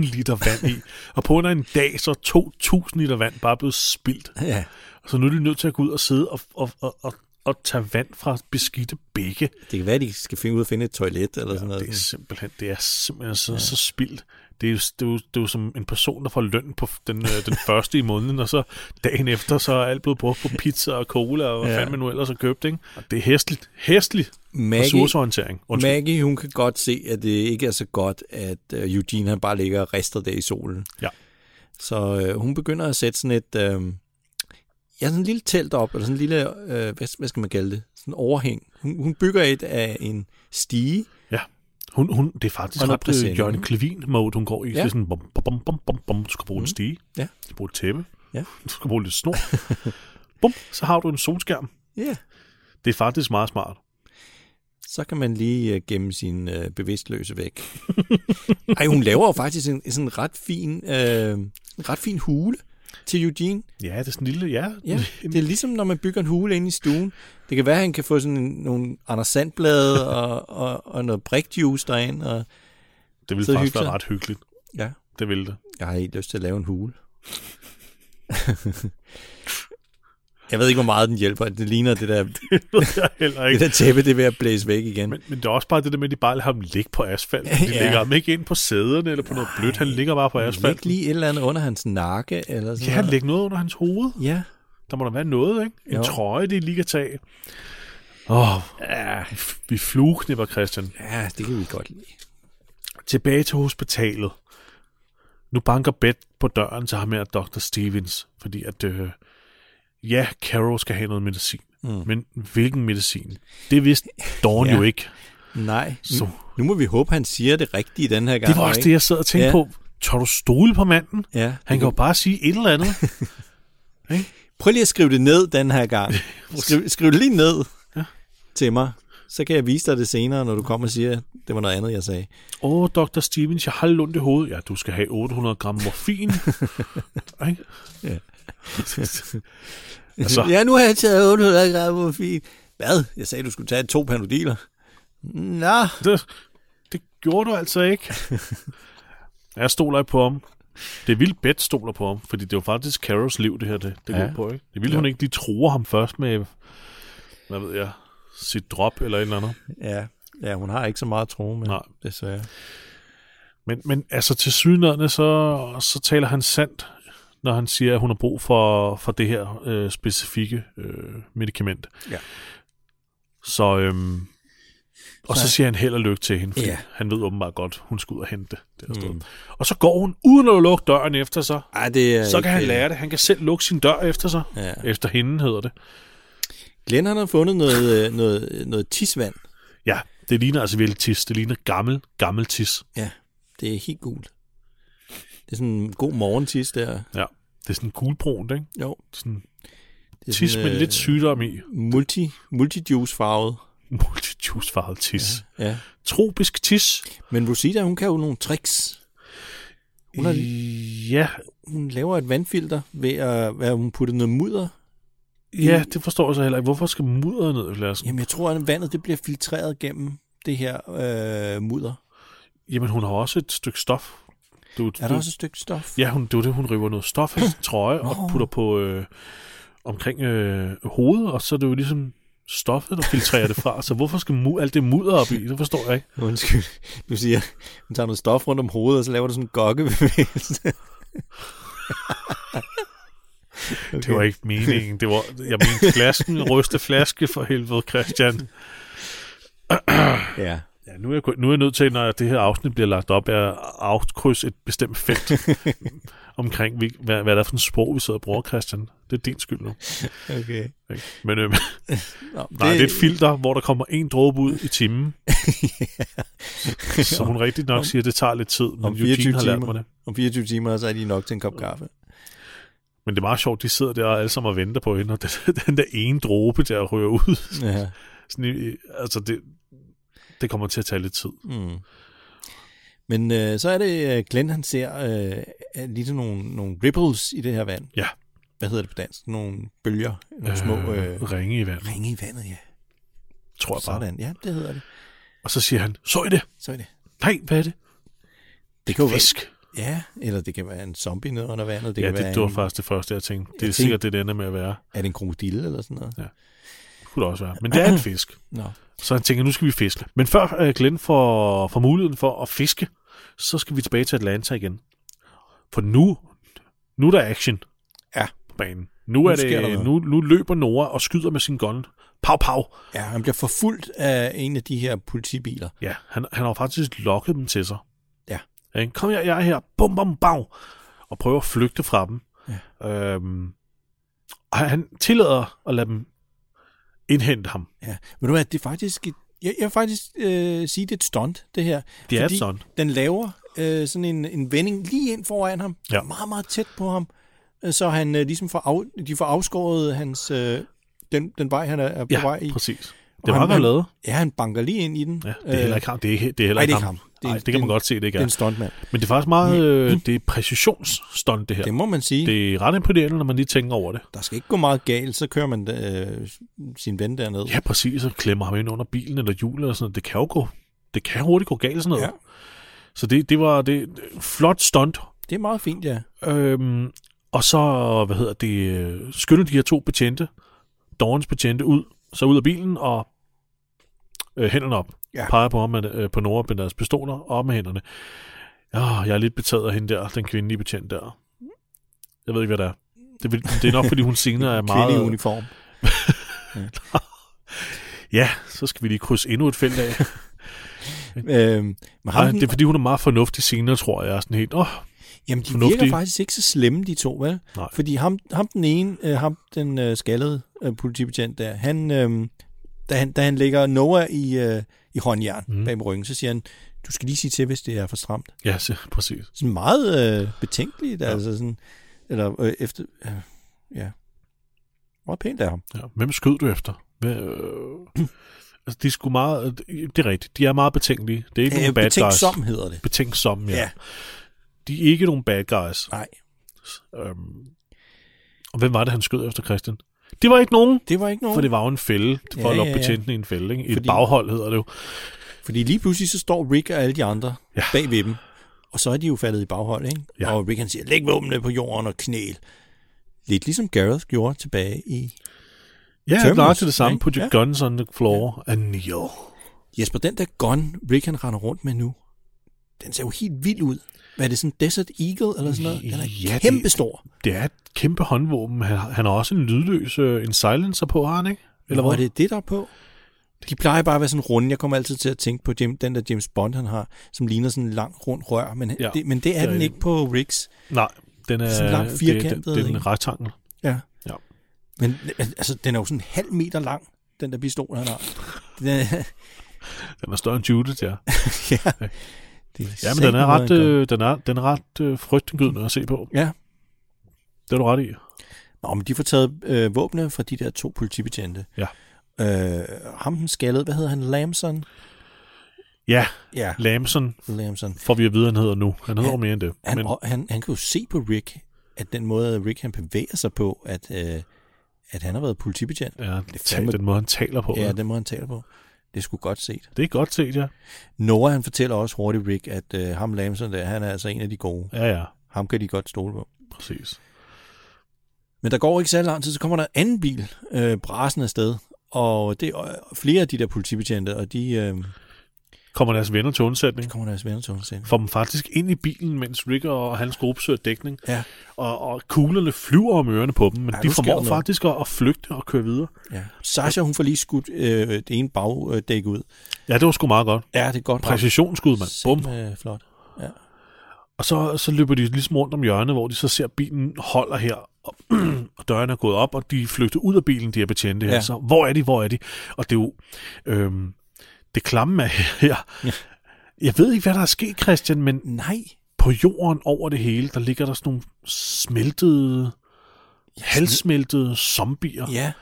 S1: 2.000 liter vand i. og på under en dag, så er 2.000 liter vand bare blevet spildt.
S2: Ja.
S1: Så nu er de nødt til at gå ud og sidde og, og, og, og, og tage vand fra beskidte bække.
S2: Det kan være, de skal finde ud af at finde et toilet eller ja, sådan noget.
S1: Det er simpelthen, det er simpelthen så, ja. så spildt. Det er, jo, det, er jo, det er jo som en person, der får løn på f- den, øh, den første i måneden, og så dagen efter, så er alt blevet brugt på pizza og cola, og hvad
S2: Ja.
S1: fanden man nu ellers har købt, ikke? Og det er hæstligt, hæstligt
S2: Maggie,
S1: ressourceorientering. Undskyld.
S2: Maggie, hun kan godt se, at det ikke er så godt, at øh, Eugene han bare ligger og rister der i solen.
S1: Ja.
S2: Så øh, hun begynder at sætte sådan et, øh, ja, sådan en lille telt op, eller sådan en lille, øh, hvad, hvad skal man kalde det, sådan en overhæng. Hun, hun bygger et af en stige,
S1: Hun, hun, det er faktisk
S2: Og noget
S1: ret øh,
S2: præsent,
S1: Jørgen
S2: ikke?
S1: Klevin-mode, hun går i. Ja. Det
S2: Ja. Mhm.
S1: er sådan, bom, bom, bom, bom, bom, bom. Du skal bruge mm. en stige,
S2: Ja.
S1: du skal bruge et tæppe,
S2: Ja.
S1: du skal bruge lidt snor. bum, så har du en solskærm.
S2: ja.
S1: Det er faktisk meget smart.
S2: så kan man lige øh, gemme sin øh, bevidstløse væk. Ej, hun laver jo faktisk en sådan en ret fin, øh, en ret fin hule til Eugene.
S1: Ja, det er sådan en lille, ja.
S2: Ja, det er ligesom, når man bygger en hule inde i stuen. Det kan være, at han kan få sådan en, nogle Anders Sandblade og, og, og noget brikjuice derind. Og,
S1: Det ville
S2: Så
S1: faktisk
S2: hygge
S1: være
S2: sig.
S1: ret hyggeligt.
S2: ja.
S1: Det ville det.
S2: Jeg har helt lyst til at lave en hule. jeg ved ikke, hvor meget den hjælper. Det ligner det der, det
S1: Det ved jeg heller ikke.
S2: der tæppe, det er ved at blæse væk igen.
S1: Men, men det er også bare det der med, at de bare lader ham ligge på asfalten. De
S2: Ja.
S1: ja. lægger ham ikke ind på sæderne eller på noget blødt. Han ligger bare på
S2: Læg
S1: asfalten.
S2: lige et eller andet under hans nakke. Eller sådan
S1: Kan han
S2: noget.
S1: lægge noget under hans hoved?
S2: Ja.
S1: Der må der være noget, ikke? En
S2: Jo.
S1: jo. trøje, de lige kan tage. Åh, oh, vi flueknipper, Christian.
S2: ja, det kan vi godt lide.
S1: Tilbage til hospitalet. Nu banker Beth på døren til ham her, Dr. Stevens, fordi at, øh, ja, Carol skal have noget medicin. Mm. Men hvilken medicin? Det vidste Dawn
S2: Ja. Mm.
S1: ja. jo ikke.
S2: Nej,
S1: Så-
S2: nu, nu må vi håbe, han siger det rigtige den her gang.
S1: Det var også det,
S2: ikke?
S1: jeg sad og tænkte
S2: Ja.
S1: ja. på. Tør du stole på manden?
S2: Ja.
S1: Han kan jo bare sige et eller andet.
S2: Prøv lige at skrive det ned den her gang. Skriv, skriv det lige ned ja.
S1: Ja.
S2: til mig. Så kan jeg vise dig det senere, når du kommer og siger, det var noget andet, jeg sagde.
S1: Åh, oh, Dr. Stevens, jeg har lundt i hovedet. Ja, du skal have 800 gram morfin. Ikke?
S2: Ja.
S1: altså, ja.
S2: Ja, nu har jeg taget 800 gram morfin. Hvad? Jeg sagde, du skulle tage to panodiler. Nå,
S1: det, det gjorde du altså ikke. Jeg stoler ikke på ham. Det er vildt, Beth stoler på ham, fordi det er jo faktisk Carols liv, det her, det, det
S2: Ja.
S1: ja. går på, ikke? Det ville hun ikke, de tror ham først med, hvad ved jeg, sit drop eller et eller andet.
S2: ja, ja hun har ikke så meget tro, men
S1: Nej.
S2: desværre.
S1: Men, men altså til synligheden, så, så taler han sandt, når han siger, at hun har brug for, for det her øh, specifikke øh, medicament.
S2: Ja.
S1: Så, øhm, og så,
S2: Så-
S1: så siger han held og lykke til hende, fordi
S2: Ja.
S1: ja. han ved åbenbart godt, hun skal ud og hente det. Der
S2: Mm.
S1: mm. Og så går hun, uden at lukke døren efter sig.
S2: Ej, det er
S1: Så
S2: ikke-
S1: kan han lære det. Han kan selv lukke sin dør efter sig.
S2: Ja.
S1: Efter hende hedder det.
S2: Glenn han har fundet noget, øh, noget, noget tisvand.
S1: Ja, det ligner altså virkelig tis. Det ligner gammel, gammel tis.
S2: Ja, det er helt gult. Det er sådan en god morgentis der.
S1: Ja, det er sådan gulbrunt, ikke?
S2: Jo,
S1: Sådan
S2: det er
S1: tis
S2: sådan,
S1: med
S2: øh,
S1: lidt sygdom i.
S2: multi, multijuice farvet.
S1: Multijuicefarvet tis.
S2: Ja.
S1: tropisk tis.
S2: Men Rosita, hun kan jo nogle tricks. Hun har-
S1: Ja,
S2: Hun laver et vandfilter ved at, hvad har hun putter noget mudder.
S1: ja, det forstår jeg så heller ikke. Hvorfor skal mudder ned i flasken? Jamen,
S2: Jamen, jeg tror, at vandet det bliver filtreret gennem det her øh, mudder.
S1: Jamen hun har også et stykke stof. Du,
S2: Er der også et stykke stof?
S1: Ja, hun, det er jo det, hun river noget stof af sin trøje og putter på... Øh, omkring øh, hovedet, og så er det jo ligesom stoffet, der filtrerer det fra. Så hvorfor skal mu- alt det mudder op i? Det forstår jeg ikke.
S2: Undskyld. Du siger, du tager noget stof rundt om hovedet, og så laver du sådan en gokkebevægelse. okay.
S1: Det var ikke meningen. Det var, jeg mente flasken, ryste flaske for helvede, Christian.
S2: Ja.
S1: Ja, nu er, jeg, nu er jeg nødt til, når det her afsnit bliver lagt op, at afkrydse et bestemt felt omkring, hvil- hvad, hvad det er for en sprog, vi sidder og bruger, Christian. Det er din skyld nu.
S2: Okay.
S1: Ikke? Men øh,
S2: Nå,
S1: nej, det er et filter, hvor der kommer en dråbe ud i timen. Så hun rigtigt nok siger, at det tager lidt tid, men
S2: Om
S1: Eugene
S2: 24
S1: har lært
S2: timer.
S1: mig det.
S2: Om 24 timer, så er de nok til en kop kaffe.
S1: Men det er meget sjovt, de sidder der alle sammen og venter på hende, og den, den der ene dråbe, der ryger ud,
S2: Ja.
S1: sådan, i- altså det, det kommer til at tage lidt tid.
S2: Mm. Men øh, så er det, øh, Glenn han ser øh, øh, lige sådan nogle, nogle ripples i det her vand.
S1: Ja.
S2: Hvad hedder det på dansk? Nogle bølger. Nogle små øh,
S1: ringe i vandet,
S2: ringe i vandet, ja.
S1: tror jeg bare.
S2: Sådan, ja, det hedder det.
S1: Og så siger han, så I det?
S2: Så er det.
S1: Nej, hvad er det?
S2: Det kan jo være,
S1: Fisk.
S2: ja, eller det kan være en zombie nede under vandet. Det
S1: Det ja,
S2: kan
S1: det,
S2: være
S1: det var
S2: en,
S1: faktisk det første, jeg tænkte. Det er
S2: Jeg tænkte-
S1: sikkert det, det ender med at være.
S2: er det en krokodille eller sådan noget?
S1: Det kunne det også være. Men det er en fisk.
S2: Nå.
S1: Så han tænker, nu skal vi fiske. Men før øh, Glenn får, får muligheden for at fiske, så skal vi tilbage til Atlanta igen. For nu, nu er der action
S2: Ja.
S1: på banen. Nu, er
S2: sker der
S1: det,
S2: noget.
S1: nu, nu løber Nora og skyder med sin gun. Pow, pow.
S2: Ja, han bliver forfulgt af en af de her politibiler.
S1: Ja, han, han har faktisk lokket dem til sig.
S2: Ja.
S1: Øh, Kom her, jeg er her. Bum, bum, bag. Og prøver at flygte fra dem. Ja. Øhm, og han tillader at lade dem indhente ham.
S2: Ja. Ved du hvad, det er faktisk... Et, jeg, jeg vil faktisk øh, sige, det er et stunt, det her.
S1: Det er
S2: Fordi
S1: et stunt.
S2: den laver øh, sådan en, en vending lige ind foran ham.
S1: Ja.
S2: Meget, meget tæt på ham. øh, Så han øh, ligesom får af, de får afskåret hans, øh, den, den vej, han er, er på
S1: Ja,
S2: vej i.
S1: præcis.
S2: Og
S1: Det var
S2: han-
S1: godt lavet.
S2: Ja, han banker lige ind i den.
S1: Ja, det er heller ikke ham. Det er, he- det er heller
S2: nej, det
S1: ikke
S2: er
S1: ham.
S2: ikke ham. Det er-
S1: Nej, det
S2: det er
S1: kan man
S2: en-
S1: godt se, det ikke
S2: det er en
S1: er.
S2: stuntmand.
S1: Men det er faktisk meget, øh, det er præcisionsstunt, det her.
S2: Det må man sige. Det.
S1: Det er ret imponerende, når man lige tænker over det.
S2: Der skal ikke gå meget galt, så kører man øh, sin ven derned.
S1: Ja, præcis, og klemmer ham ind under bilen eller hjulet eller sådan noget. Det kan jo gå, det kan hurtigt gå galt sådan noget.
S2: Ja.
S1: Så det, det var det flot stunt.
S2: Det er meget fint, ja.
S1: Øhm, og så, hvad hedder det, øh, skynder de her to betjente, Dorens betjente, ud, så ud af bilen og øh, hænderne op.
S2: Ja.
S1: Peger på ham med, øh, på Nora med deres pistoler og op med hænderne. Ja, jeg er lidt betaget af hende der, den kvindelige betjent der. Jeg ved ikke, hvad det er. Det, vil- det er nok, fordi hun senere er
S2: Kvinde i
S1: meget...
S2: uniform.
S1: Ja, så skal vi lige krydse endnu et felt af.
S2: Øhm, men ham,
S1: Ej,
S2: Ej,
S1: det er, fordi hun er meget fornuftig senere, tror jeg. Sådan helt, åh, oh,
S2: jamen, de
S1: fornuftige.
S2: virker faktisk ikke så slemme, de to, vel?
S1: Nej.
S2: Fordi ham, ham den ene, øh, ham den øh, skaldede øh, politibetjent der, han, øh, da han, da han lægger Noah i, øh, i håndjern
S1: Mhm.
S2: mm. bag med ryggen, så siger han, du skal lige sige til, hvis det er for stramt.
S1: ja, så, præcis.
S2: Sådan meget øh, betænkeligt, ja. altså sådan, eller øh, efter, øh, ja, meget pænt af ham.
S1: Ja. Hvem skød du efter? Hvad, øh, altså, de er sgu meget... Det er rigtigt. De er meget betænkelige. Det er ikke øh, nogen bad guys.
S2: betænksom hedder det.
S1: Betænksomme, ja.
S2: Ja.
S1: ja. De er ikke nogen bad guys.
S2: Nej,
S1: Øhm, og hvem var det, han skød efter, Christian? Det var ikke nogen,
S2: det var ikke nogen.
S1: for det var jo en fælde. For
S2: Ja,
S1: at lokke
S2: ja, ja.
S1: betjentene i en fælde. Ikke? I et
S2: Fordi-
S1: baghold hedder det jo.
S2: Fordi lige pludselig så står Rick og alle de andre ja.
S1: Ja.
S2: bag ved dem, og så er de jo faldet i baghold, ikke? Ja.
S1: Ja.
S2: Og Rick han siger, læg våbnene på jorden og knæl. Lidt ligesom Gareth gjorde tilbage i...
S1: Ja, det er
S2: Terminus,
S1: nøjagtigt det samme.
S2: ikke?
S1: Put your
S2: Ja.
S1: guns on the floor and kneel.
S2: Jesper, den der gun, Rick han render rundt med nu, den ser jo helt vild ud. Hvad er det, sådan Desert Eagle eller sådan noget? Den er
S1: Ja,
S2: ja,
S1: det-
S2: kæmpestor.
S1: Det er et kæmpe håndvåben. Han, han har også en lydløs øh, en silencer på, har han ikke?
S2: Eller
S1: Eller
S2: hvor er
S1: hvad?
S2: det det, der er på? De plejer bare at være sådan runde. Jeg kommer altid til at tænke på Jim, den der James Bond, han har, som ligner sådan en lang rund rør. Men, ja,
S1: Ja,
S2: det, men det er
S1: det er
S2: den
S1: det.
S2: ikke på Ricks.
S1: Nej, den er,
S2: sådan en lang
S1: det-
S2: firkantet
S1: det, det er
S2: en.
S1: en rektangel.
S2: Ja.
S1: Ja.
S2: Men altså, den er jo sådan en halv meter lang, den der pistol, han har. Den er,
S1: Den er større end Judith, ja.
S2: ja, det er
S1: Ja, men den
S2: satme
S1: er
S2: noget,
S1: ret,
S2: han gør.
S1: øh, den er, den er ret øh, frygtindgydende at se på.
S2: Ja.
S1: Det er du ret i.
S2: Nå, men de får taget øh, våbne fra de der to politibetjente.
S1: Ja.
S2: Øh, ham den skaldede, hvad hedder han? Lamson?
S1: Ja,
S2: Ja.
S1: Lamson
S2: Lamson.
S1: får vi at vide, han hedder nu. Han hedder
S2: Han-
S1: mere end det.
S2: Han,
S1: men,
S2: og, han, han kan jo se på Rick, at den måde, Rick han bevæger sig på, at, øh, at han har været politibetjent.
S1: ja,
S2: det er
S1: tal-
S2: fandme-
S1: den måde, han taler på.
S2: Ja,
S1: Ja,
S2: den måde, han taler på. Det skulle godt set.
S1: det er godt set, ja.
S2: Noah, han fortæller også hurtigt Rick, at øh, ham Lamson der, han er altså en af de gode.
S1: Ja, ja,
S2: Ham kan de godt stole på.
S1: præcis.
S2: Men der går ikke særlig lang tid, så kommer der en anden bil øh, brasen afsted, og det er øh, flere af de der politibetjente, og de øh,
S1: Kommer deres venner til undsætning.
S2: kommer deres venner til undsætning.
S1: Får dem faktisk ind i bilen, mens Rick og hans gruppe søger dækning.
S2: Ja,
S1: Og, og kuglerne flyver om ørerne på dem, men
S2: Ja,
S1: ja, de
S2: nu sker
S1: formår
S2: der noget.
S1: faktisk at, at flygte og køre videre.
S2: ja. Sasha, hun får lige skudt øh, det ene bagdæk ud.
S1: Ja, det var sgu meget godt.
S2: Ja, det er godt.
S1: Præcisionsskud, mand. Bum.
S2: Øh, flot. Ja.
S1: Og så, så løber de ligesom rundt om hjørnet, hvor de så ser, at bilen holder her, og, og døren er gået op, og de flygter ud af bilen, de her betjente her.
S2: Ja.
S1: Ja. Så hvor er de, hvor er de? Og det er jo... Øhm, det klamme er her.
S2: Ja.
S1: Jeg ved ikke, hvad der er sket, Christian, men
S2: Nej.
S1: på jorden over det hele, der ligger der sådan nogle smeltede, halvsmeltede zombier,
S2: Ja,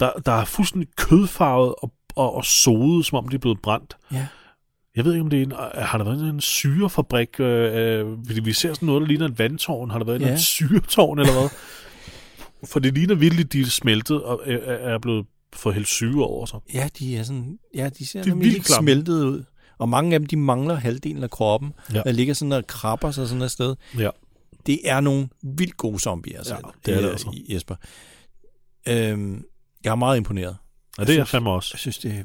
S1: der, der er fuldstændig kødfarvet og, og, og sodet, som om de er blevet brændt.
S2: ja.
S1: Jeg ved ikke, om det er en, øh, har der været en syrefabrik? Øh, øh, fordi vi ser sådan noget, der ligner et vandtårn. Har der været
S2: Ja.
S1: ja. et syretårn eller hvad? For det ligner virkelig, de er smeltet og øh, øh, er blevet fået helt syge over sig.
S2: Ja, de er sådan, ja, de ser
S1: De er
S2: nemlig
S1: vildt
S2: lidt
S1: klamme.
S2: smeltet ud. Og mange af dem, de mangler halvdelen af kroppen,
S1: Ja.
S2: ja. der ligger sådan og krabber sig sådan et sted.
S1: Ja.
S2: Det er nogle vildt gode zombier, altså,
S1: Ja, det er det altså.
S2: Jesper. Øhm, jeg er meget imponeret.
S1: Og det er jeg
S2: synes-
S1: fandme også.
S2: Jeg synes, det, er-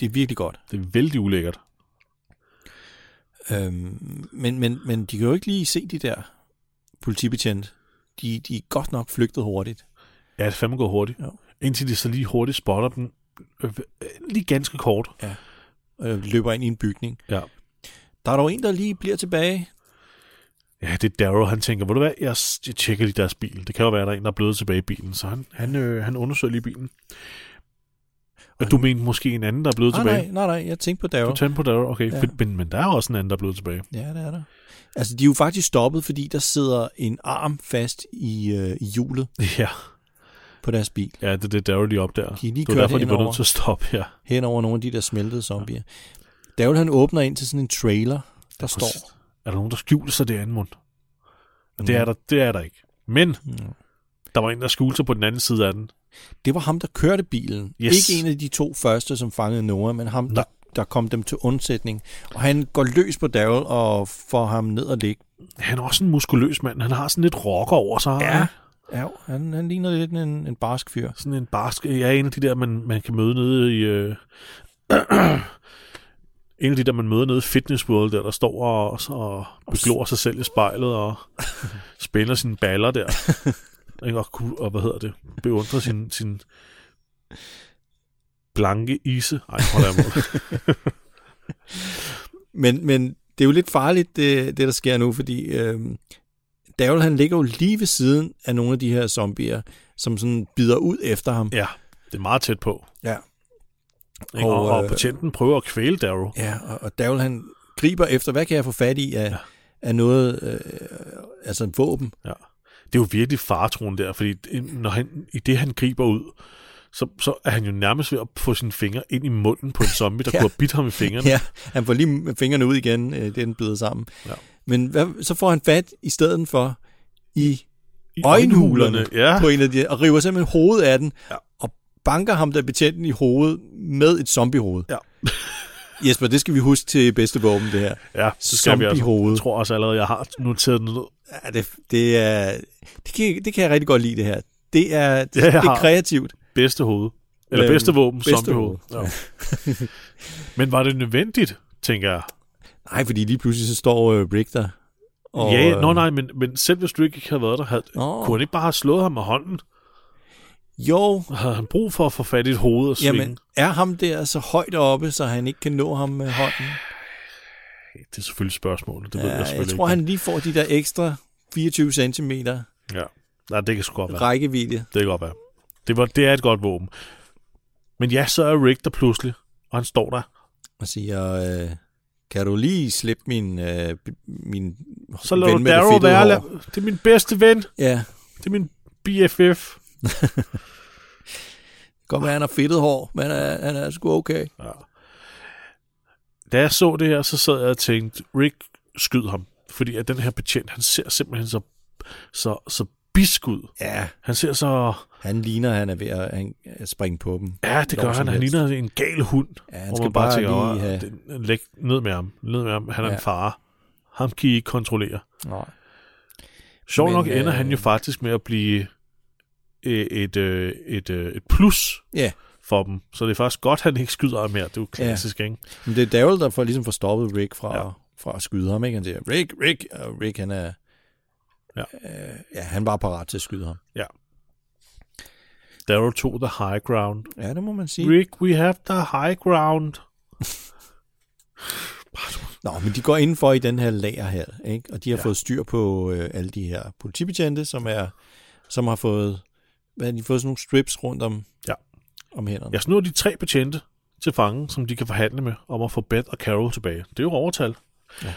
S2: det er virkelig godt.
S1: Det er vældig ulækkert.
S2: Øhm, men, men, men de kan jo ikke lige se de der politibetjente. De, de er godt nok flygtet hurtigt.
S1: Ja, det er fandme gået hurtigt.
S2: Ja.
S1: Indtil de så lige hurtigt spotter dem. Øh, øh, lige ganske kort.
S2: Øh, løber ind i en bygning.
S1: Ja.
S2: Der er dog en, der lige bliver tilbage.
S1: Ja, det er Darrow, han tænker, ved du hvad, jeg, jeg tjekker lige deres bil. Det kan jo være, at der er en, der er blevet tilbage i bilen. Så han, han, øh, han undersøger lige bilen. Og du mente måske en anden, der er blevet
S2: Ah,
S1: tilbage?
S2: nej, nej, nej, jeg tænkte på Darrow.
S1: Du tænker på Darrow, okay.
S2: Ja.
S1: Ja. Men, men der er også en anden, der er blevet tilbage.
S2: Ja, det er der. Altså, de er jo faktisk stoppet, fordi der sidder en arm fast i, øh, i hjulet
S1: Ja,
S2: på deres bil.
S1: ja det er det, Darrow lige opdager.
S2: De er lige
S1: Det var
S2: kørt
S1: derfor, de var
S2: henover,
S1: nødt til at stoppe her.
S2: hen over nogle af de der smeltede zombier. Ja. Davel, han åbner ind til sådan en trailer, der står.
S1: Er der nogen, der skjuler sig derinde, mund? Og det er, der, det er der ikke. Men
S2: Mm.
S1: der var en, der skjulte sig på den anden side af den.
S2: Det var ham, der kørte bilen.
S1: Yes.
S2: Ikke en af de to første, som fangede Noah, men ham, der,
S1: Nej.
S2: der kom dem til undsætning. Og han går løs på Davel og får ham ned og ligge.
S1: Han er også en muskuløs mand. Han har sådan lidt rocker over sig. har han ikke?
S2: ja han, han ligner lidt en, en barsk fyr.
S1: Sådan en barsk... Ja, en af de der, man, man kan møde nede i... Øh, en af de der, man møder nede i Fitness World, der, der står og, og beglor sig selv i spejlet og spænder sine baller der. Ikke? og, ku- og hvad hedder det? Beundrer sin, sin blanke ise. Ej, hold da op.
S2: Men, men det er jo lidt farligt, det, det der sker nu, fordi øh, Davel, han ligger jo lige ved siden af nogle af de her zombier, som sådan bider ud efter ham.
S1: Ja, det er meget tæt på.
S2: Ja.
S1: Ikke? Og,
S2: Og,
S1: og,
S2: øh,
S1: patienten prøver at kvæle Darrow.
S2: Ja, og, og Davel, han griber efter, hvad kan jeg få fat i af, ja.
S1: Ja.
S2: af noget, øh, altså en våben.
S1: Ja. Det er jo virkelig faretroen der, fordi når han, i det han griber ud, så, så er han jo nærmest ved at få sine fingre ind i munden på en zombie, der
S2: Ja.
S1: ja. kunne have bidt ham i fingrene.
S2: Ja, han får lige fingrene ud igen, øh, det den bider sammen.
S1: Ja.
S2: Men hvad, så får han fat i stedet for i
S1: I
S2: øjenhulerne
S1: Ja.
S2: på en af de, og river simpelthen hovedet af den, ja.
S1: Ja.
S2: og banker ham der betjenten i hovedet med et zombiehoved.
S1: Ja.
S2: Jesper, det skal vi huske til bedste våben, det her.
S1: ja, så skal vi altså.
S2: Zombiehoved.
S1: Jeg tror også allerede, jeg har noteret den ned.
S2: Ja, det, det, er, det, kan, det kan jeg rigtig godt lide, det her. Det er, det,
S1: jeg
S2: det er
S1: har.
S2: kreativt.
S1: Bedste hoved. Eller
S2: Øhm,
S1: bedste våben,
S2: bedste
S1: zombiehoved. Ja. Men var det nødvendigt, tænker jeg?
S2: Nej, fordi lige pludselig så står øh, Rick der.
S1: Og, ja,
S2: øh,
S1: nå nej, men, men selv hvis du ikke havde været der, havde,
S2: Nå.
S1: kunne han ikke bare have slået ham med hånden?
S2: Jo,
S1: Havde han brug for at få fat i et hoved og svinge?
S2: jamen, er ham der så højt oppe, så han ikke kan nå ham med hånden?
S1: Det er selvfølgelig spørgsmålet, det ved
S2: Ja,
S1: jeg
S2: jeg
S1: selvfølgelig
S2: tror,
S1: ikke.
S2: han lige får de der ekstra 24 cm
S1: Ja. Nej, det kan sgu godt være.
S2: rækkevidde.
S1: Det kan godt være. Det, var, det er et godt våben. Men ja, så er Rick der pludselig, og han står der.
S2: og siger, øh, kan du lige slippe min, øh, b- min
S1: Så lader
S2: ven
S1: du
S2: med det
S1: Darrow
S2: fedtede
S1: være.
S2: hår?"
S1: lad- Det er min bedste ven.
S2: Ja,
S1: Det er min BFF.
S2: godt være, han har fedtet hår, men øh, han er sgu okay.
S1: Ja. Da jeg så det her, så sad jeg og tænkte, Rick, skyd ham. Fordi at den her betjent, han ser simpelthen så, så, så bisk ud.
S2: Ja,
S1: Han ser så...
S2: han ligner, han er ved at han, at springe på dem.
S1: Ja, det gør
S2: Når
S1: han.
S2: som
S1: Han
S2: helst.
S1: ligner en gal hund.
S2: Ja, han
S1: hvor
S2: skal
S1: man bare
S2: bare
S1: tænker,
S2: lige
S1: "Åh,
S2: have-
S1: den- læg ned med ham. Ned med ham. Han er
S2: Ja.
S1: en fare. Ham kan I ikke kontrollere.
S2: Nej.
S1: Sjovt
S2: Men,
S1: nok ender
S2: øh,
S1: han jo faktisk med at blive øh, et, øh, et, øh, et plus
S2: Ja,
S1: for dem. Så det er faktisk godt, at han ikke skyder ham her. Det er jo klassisk, ja. ikke?
S2: men det er Daryl, der får, ligesom får stoppet Rick fra,
S1: Ja.
S2: ja. fra at skyde ham. Ikke? Han siger, Rick, Rick, og Rick han er...
S1: Ja.
S2: Øh, ja, han var parat til at skyde ham.
S1: Daryl tog the high ground.
S2: Ja, det må man sige.
S1: Rick, we have the high ground.
S2: Nå, men de går indenfor i den her lager her, ikke? og de har ja. fået styr på øh, alle de her politibetjente, som er, som har fået, hvad har de fået sådan nogle strips rundt om,
S1: Ja.
S2: om hænderne.
S1: Jeg snur de tre betjente til fange, som de kan forhandle med om at få Beth og Carol tilbage. Det er jo overtal.
S2: Ja.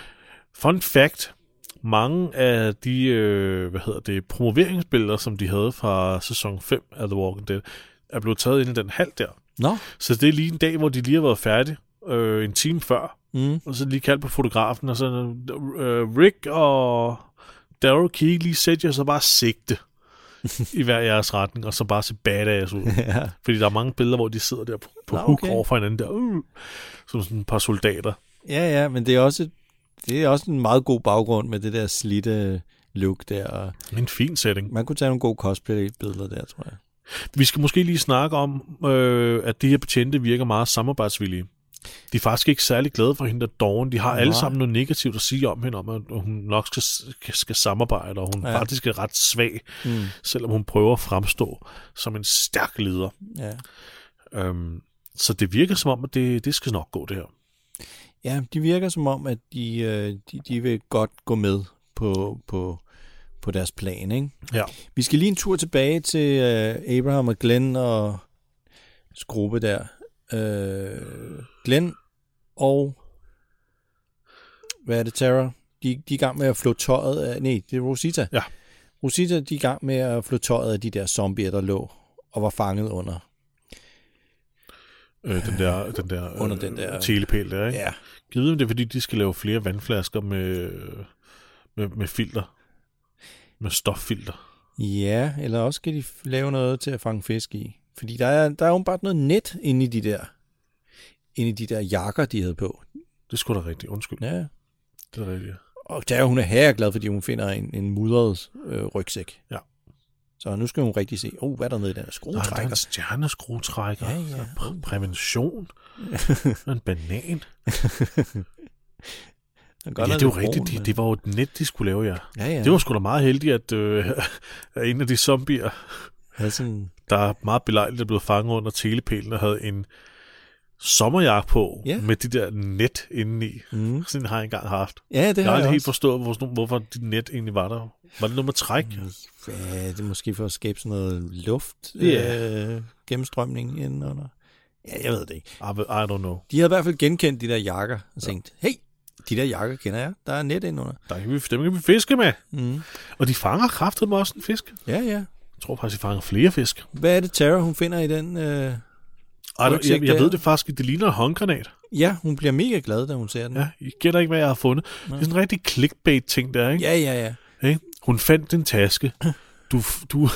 S1: Fun fact. Mange af de øh, hvad hedder det, promoveringsbilleder, som de havde fra sæson 5 af The Walking Dead, er blevet taget ind i den halv der.
S2: Nå,
S1: Så det er lige en dag, hvor de lige har været færdige øh, en time før,
S2: mm,
S1: og så lige kaldt på fotografen, og så øh, Rick og Daryl, kan I ikke lige sætte jer så bare sigte i hver jeres retning, og så bare se badass ud?
S2: ja.
S1: Fordi der er mange billeder, hvor de sidder der på, på
S2: Nå,
S1: ah, okay.
S2: okay.
S1: hook over for hinanden der. Uh, som sådan et par soldater.
S2: ja, ja, men det er, også, et- det er også en meget god baggrund med det der slitte look der. og
S1: En fin setting.
S2: Man kunne tage nogle gode cosplay-billeder der, tror jeg.
S1: Vi skal måske lige snakke om, øh, at de her betjente virker meget samarbejdsvillige. De er faktisk ikke særlig glade for hende, der Dawn. De har alle
S2: Nej.
S1: sammen noget negativt at sige om hende, om at hun nok skal, skal samarbejde, og hun ja.
S2: Ja.
S1: faktisk er ret svag,
S2: Mm,
S1: selvom hun prøver at fremstå som en stærk leder.
S2: ja.
S1: Øhm, så det virker som om, at det, det skal nok gå, det her.
S2: ja, de virker som om, at de, øh, de, de vil godt gå med på, på, på deres plan, ikke?
S1: Ja.
S2: Vi skal lige en tur tilbage til øh, Abraham og Glenn og gruppe der. Øh, Glenn og hvad er det, Tara? De, de er i gang med at flå tøjet af... Nej, det er Rosita.
S1: Ja.
S2: Rosita, de er i gang med at flå tøjet af de der zombier, der lå og var fanget under.
S1: Øh, den der, den der,
S2: Under
S1: øh,
S2: den der-
S1: telepæl der, ikke?
S2: Ja.
S1: Givet om det er, fordi de skal lave flere vandflasker med, med, med filter. Med stoffilter.
S2: Ja, eller også skal de f- lave noget til at fange fisk i. Fordi der er, der er jo bare noget net inde i de der inde i de der jakker, de havde på.
S1: Det skulle sgu da rigtigt. Undskyld. Ja.
S2: Ja,
S1: Det er rigtigt.
S2: Og Tara, hun er herreglad, fordi hun finder en, en mudret øh, rygsæk.
S1: Ja.
S2: Så nu skal hun rigtig se, oh, hvad er der nede i
S1: Der
S2: den her
S1: er en
S2: skruetrækker?
S1: stjerneskruetrækker.
S2: Ja, ja.
S1: Der er Præ- prævention. Og en banan.
S2: Den
S1: Ja,
S2: gør
S1: det
S2: noget
S1: er jo
S2: lidt brun,
S1: rigtigt. Det,
S2: men-
S1: det var jo et net, de skulle lave, ja.
S2: ja, ja.
S1: Det var sgu da meget heldigt, at, øh, at en af de zombier,
S2: havde sådan,
S1: der er meget belejligt er blevet fanget under telepælen, og havde en sommerjakke på
S2: Ja.
S1: med de der net indeni.
S2: mm.
S1: Sådan har jeg engang haft.
S2: Ja, det
S1: Jeg har
S2: har jeg
S1: aldrig helt
S2: også.
S1: forstået, hvor- hvorfor dit net egentlig var der. Var det noget med træk?
S2: Ja, det er måske for at skabe sådan noget luft
S1: Ja.
S2: øh, gennemstrømning indenunder. Ja, jeg ved det ikke.
S1: I, Ah, I don't know.
S2: De havde i hvert fald genkendt de der jakker og tænkt, hey, de der jakker kender jeg. Der er net indenunder.
S1: Der kan vi, dem kan vi fiske med.
S2: Mm.
S1: Og de fanger kraftet med også en fisk.
S2: Ja, ja.
S1: Jeg tror faktisk, de fanger flere fisk.
S2: Hvad er det, Tara, hun finder i den... Øh...
S1: Ej,
S2: Rygsæk
S1: jeg, jeg
S2: der.
S1: ved det faktisk, det ligner en håndgranat.
S2: Ja, hun bliver mega glad, da hun ser den.
S1: Ja, I gætter ikke, hvad jeg har fundet. Det er sådan en rigtig clickbait-ting der, ikke?
S2: ja, ja. ja.
S1: Ja. Hun fandt en taske. Du, du,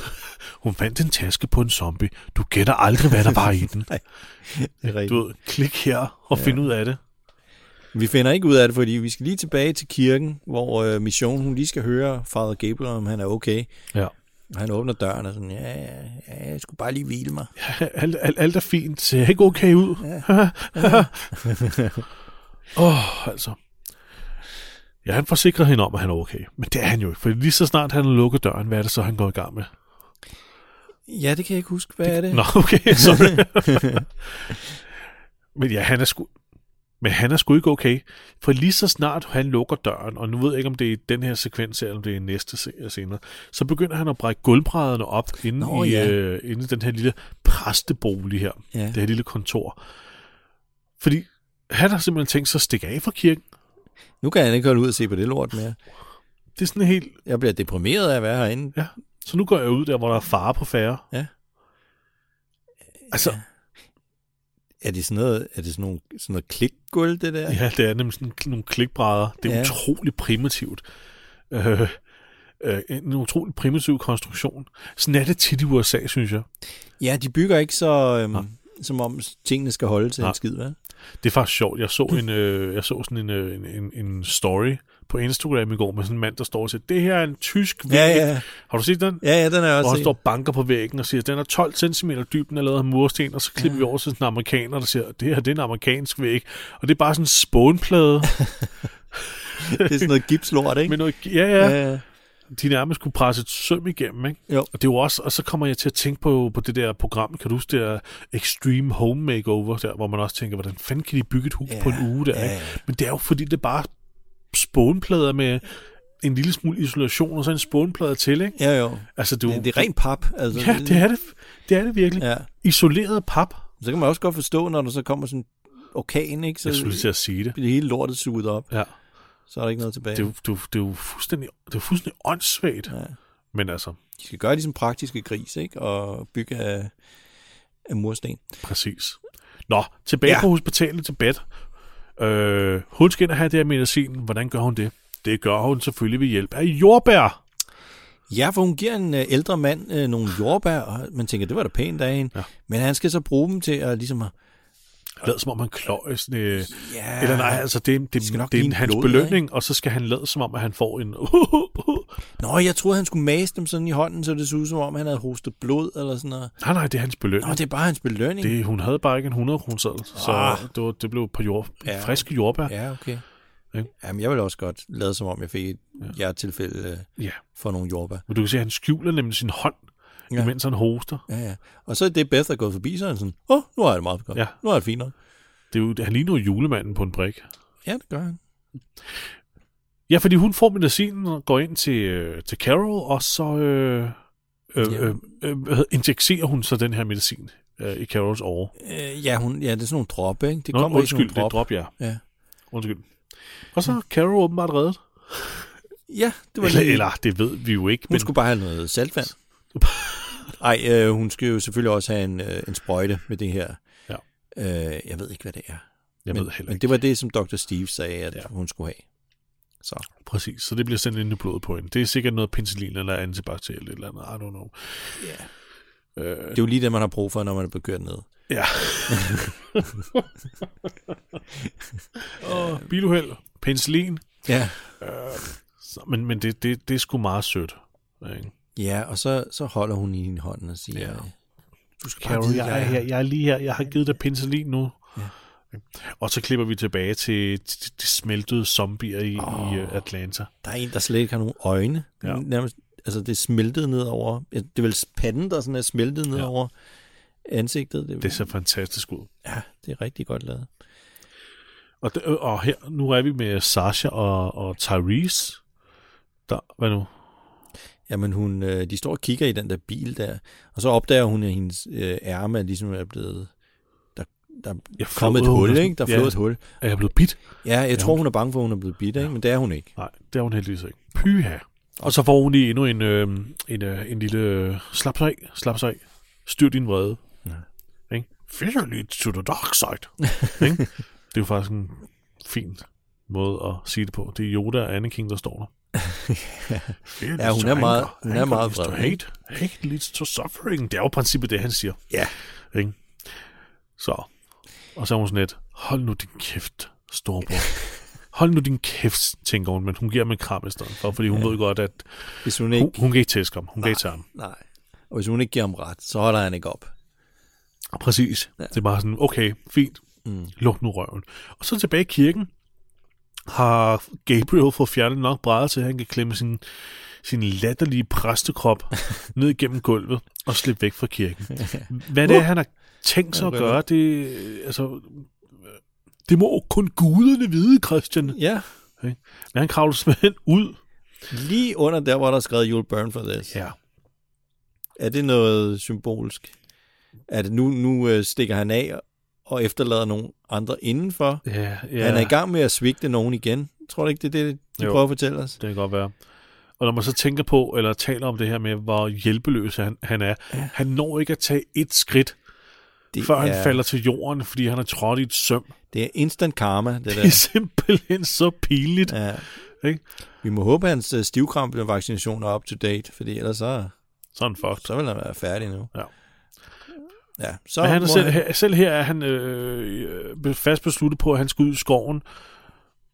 S1: hun fandt en taske på en zombie. Du gætter aldrig, hvad der var i den.
S2: Det er rigtigt.
S1: Du ved, klik her og ja. find ud af det.
S2: Vi finder ikke ud af det, fordi vi skal lige tilbage til kirken, hvor øh, Mission, hun lige skal høre Fader Gabriel, om han er okay.
S1: Ja.
S2: Og han åbner døren og sådan, ja, ja, ja, jeg skulle bare lige hvile mig.
S1: Alt, alt, alt er fint. Ser jeg ikke okay ud? Åh, oh, altså. Ja, han forsikrer hende om, at han er okay. Men det er han jo ikke, for lige så snart han har lukket døren, hvad er det så, han går i gang med?
S2: Ja, det kan jeg ikke huske. Hvad er det?
S1: Nå, okay, sorry. Men ja, han er sgu... Men han er sgu ikke okay, for lige så snart han lukker døren, og nu ved jeg ikke, om det er i den her sekvens, eller om det er i næste se- senere, så begynder han at brække gulvbrædderne op inde,
S2: Nå,
S1: i,
S2: ja.
S1: øh, inde i den her lille præstebolig her
S2: Ja.
S1: det her lille kontor. Fordi han har simpelthen tænkt sig at stikke af fra kirken.
S2: Nu kan han ikke holde ud og se på det lort mere.
S1: Det er sådan helt...
S2: Jeg bliver deprimeret af at være herinde.
S1: Ja. Så nu går jeg ud der, hvor der er fare på færre.
S2: Ja.
S1: Altså,
S2: Er det sådan noget, er det sådan nogle, sådan noget klikgulv, det der?
S1: ja, det er nemlig sådan nogle klikbrædder. Det er ja.
S2: Ja.
S1: utrolig primitivt. Øh, øh, en utrolig primitiv konstruktion. Sådan er det tit i USA, synes jeg.
S2: ja de bygger ikke så, øhm, som om tingene skal holde til
S1: Nej.
S2: en skid, hvad?
S1: Det er faktisk sjovt. Jeg så, en, øh, jeg så sådan en, øh, en, en, en story på Instagram i går med sådan en mand, der står og siger, det her er en tysk væg.
S2: Ja, ja.
S1: Har du set den?
S2: Ja, ja, den er jeg
S1: Og
S2: også
S1: han står og banker på væggen og siger, den er 12 cm dyb, den er lavet af mursten, og så klipper ja. vi over til sådan en amerikaner, der siger, det her det er en amerikansk væg. Og det er bare sådan en spånplade
S2: set. Det er sådan noget gipslort, ikke?
S1: med noget... Ja, ja.
S2: ja, ja.
S1: de nærmest kunne presse et søm igennem, ikke?
S2: Jo.
S1: Og det er jo også, og så kommer jeg til at tænke på, på det der program, kan du huske det der Extreme Home Makeover, der, hvor man også tænker, hvordan fanden kan de bygge et hus
S2: Ja,
S1: på en uge der,
S2: ja,
S1: ikke?
S2: ja.
S1: Men det er jo fordi, det er bare spånplader med en lille smule isolation, og så en spånplade til, ikke?
S2: ja jo.
S1: Altså, det er jo...
S2: Det, det er rent pap. Altså,
S1: ja, det er det. Det er det virkelig. Ja.
S2: Ja.
S1: Isoleret pap.
S2: Så kan man også godt forstå, når der så kommer sådan en orkan, ikke? Så
S1: Jeg skulle lige til at sige det.
S2: bliver hele lortet suget op.
S1: Ja.
S2: Så er der ikke noget tilbage.
S1: Det er, jo, det, er jo, det, er jo fuldstændig, det er jo fuldstændig åndssvagt.
S2: Ja.
S1: Men altså,
S2: De skal gøre ligesom praktiske gris, ikke? Og bygge af, af mursten.
S1: Præcis. Nå, tilbage
S2: Ja.
S1: ja. på hospitalet til bed. Øh, hun skal ind og have det her medicin. Hvordan gør hun det? Det gør hun selvfølgelig ved hjælp af jordbær.
S2: Ja, for hun giver en øh, ældre mand øh, nogle jordbær, og man tænker, det var da pænt af hende. Ja. Men han skal så bruge dem til at ligesom... at-
S1: Lad som om han kløjer sådan... Øh,
S2: Ja,
S1: eller nej, altså det, er- det,
S2: skal
S1: det,
S2: nok
S1: det er
S2: give
S1: en,
S2: en
S1: hans
S2: blod,
S1: belønning, og så skal han lade som om, at han får en...
S2: Nå, jeg troede, han skulle mase dem sådan i hånden, så det så ud som om, han havde hostet blod eller sådan noget.
S1: nej, nej, det er hans
S2: Nå,
S1: belønning.
S2: det er bare hans belønning.
S1: Det, hun havde bare ikke en 100 kroner seddel, så
S2: Ah.
S1: det, var, det blev på jord,
S2: Ja.
S1: friske jordbær. Ja.
S2: Ja, okay.
S1: Ikke?
S2: Jamen, jeg ville også godt lade som om, jeg fik et hjertetilfælde øh,
S1: ja.
S2: for nogle jordbær.
S1: Men du kan se, at han skjuler nemlig sin hånd,
S2: Ja.
S1: ja. imens han hoster.
S2: Ja, ja. Og så er det Beth, der er gået forbi, så er han sådan, åh, oh, nu er det meget godt.
S1: Ja.
S2: Nu er det fint nok.
S1: Det er jo, han ligner jo julemanden på en brik.
S2: Ja, det gør han.
S1: Ja, fordi hun får medicinen og går ind til, øh, til Carol, og så øh, øh,
S2: Ja.
S1: øh, øh, hvad hedder- injekserer hun så den her medicin øh, i Carols åre.
S2: Øh, ja, hun, ja, det er sådan nogle droppe, ikke? Det
S1: Nå,
S2: kommer
S1: undskyld,
S2: i sådan
S1: det er
S2: nogle drop.
S1: drop, ja.
S2: Ja.
S1: Undskyld. Og så er Carol åbenbart reddet.
S2: ja, det var
S1: Eller,
S2: lige...
S1: eller det ved vi jo ikke,
S2: Hun
S1: men
S2: skulle bare have noget saltvand. Nej, øh, hun skal jo selvfølgelig også have en, øh, en sprøjte med det her.
S1: Ja.
S2: Øh, jeg ved ikke, hvad det er.
S1: jeg
S2: men,
S1: ved heller
S2: men
S1: ikke
S2: det var det, som Dr. Steve sagde, at ja. hun skulle have. Så.
S1: præcis. Så det bliver sendt ind i blodet på hende. Det er sikkert noget penicillin eller antibakterielt eller andet. I don't know. Øh,
S2: Det er jo lige det, man har brug for, når man er begyndt ned.
S1: Ja. og biluheld, penicillin.
S2: Ja.
S1: Så, men men det, det, det er sgu meget sødt. Ikke?
S2: Ja, og så, så holder hun i hånden og siger,
S1: Ja.
S2: ja.
S1: Du skal
S2: bare
S1: Carol,
S2: vide,
S1: jeg
S2: jeg
S1: er
S2: er
S1: her. Jeg er lige her. Jeg har givet dig penicillin nu. Ja. Og så klipper vi tilbage til til de smeltede zombier i, oh. i øh, Atlanta.
S2: der er en, der slet ikke har nogen øjne.
S1: Ja.
S2: Ja. Nærmest, altså, det er smeltet nedover. Ja, Det er vel panden, der sådan er smeltet nedover ansigtet. Det,
S1: Det ser fantastisk ud.
S2: Ja, det er rigtig godt lavet.
S1: Og, det, øh, og her, nu er vi med Sasha og, og Tyrese. Der, hvad nu?
S2: Jamen, hun, øh, de står og kigger i den der bil der, og så opdager hun, at hendes øh, ærme er ligesom er blevet... Der, der er
S1: Jeg
S2: kommet et
S1: flåede
S2: hul,
S1: hende.
S2: ikke? Der er
S1: Ja.
S2: flået et hul.
S1: Er jeg blevet bit?
S2: Ja, jeg tror, hun er bange for, at hun er blevet bidt, ikke? men det er hun ikke.
S1: Nej, det er hun heldigvis ikke. Pyha. Og så får hun lige endnu en, øh, en, øh, en lille... Øh, slap sig af, slap sig af. Styr din vrede. Ja. Ikke? Fisher to the dark side. ikke? Det er jo faktisk en fin måde at sige det på. Det er Yoda og Anakin, der står der. Fear
S2: Ja,
S1: leads
S2: hun
S1: to
S2: er meget- hun er meget
S1: leads to
S2: vred.
S1: hate. hate leads to suffering. Det er jo i princippet det, han siger.
S2: Ja.
S1: Ikke? Så. Og så er hun sådan lidt, hold nu din kæft, storbror. Hold nu din kæft, tænker hun, men hun giver ham en kram i stedet for, fordi hun ja. ved godt, at
S2: Hvis hun
S1: hun,
S2: ikke...
S1: hun kan ikke tæske ham. Hun kan ikke tage ham.
S2: Nej. Og hvis hun ikke giver ham ret, så holder han ikke op.
S1: Præcis. Ja. Det er bare sådan, okay, fint. Mm. Luk nu røven. Og så tilbage i kirken har Gabriel fået fjernet nok brædder til, at han kan klemme sin, sin latterlige præstekrop ned gennem gulvet og slippe væk fra kirken. Hvad det er, han har tænkt sig at gøre, det, altså, det må kun guderne vide, Christian.
S2: Ja,
S1: Okay. Men han kravler simpelthen ud.
S2: lige under der, hvor der er skrevet You'll burn for this.
S1: Ja.
S2: Er det noget symbolsk? At nu, nu øh, stikker han af og efterlader nogen andre indenfor?
S1: Ja, ja.
S2: Ja. Han er i gang med at svigte nogen igen. Tror du ikke, det er det, de
S1: Jo.
S2: jo. prøver at fortælle os?
S1: Det kan godt være. Og når man så tænker på, eller taler om det her med, hvor hjælpeløs han, han er, ja. han når ikke at tage et skridt,
S2: Det
S1: før ja.
S2: er-
S1: han falder til jorden, fordi han er trådt i et søm.
S2: Det er instant karma, det
S1: Det er
S2: der.
S1: simpelthen så pinligt. Ja.
S2: Ja.
S1: Ikke?
S2: Vi må håbe, at hans øh, stivkrampevaccinationer er up to date, fordi ellers så,
S1: Sådan fucked.
S2: så vil han være færdig nu. Ja,
S1: Så
S2: så
S1: men han er
S2: må
S1: selv,
S2: han-
S1: her, selv her er han øh, øh, fast besluttet på, at han skal ud i skoven.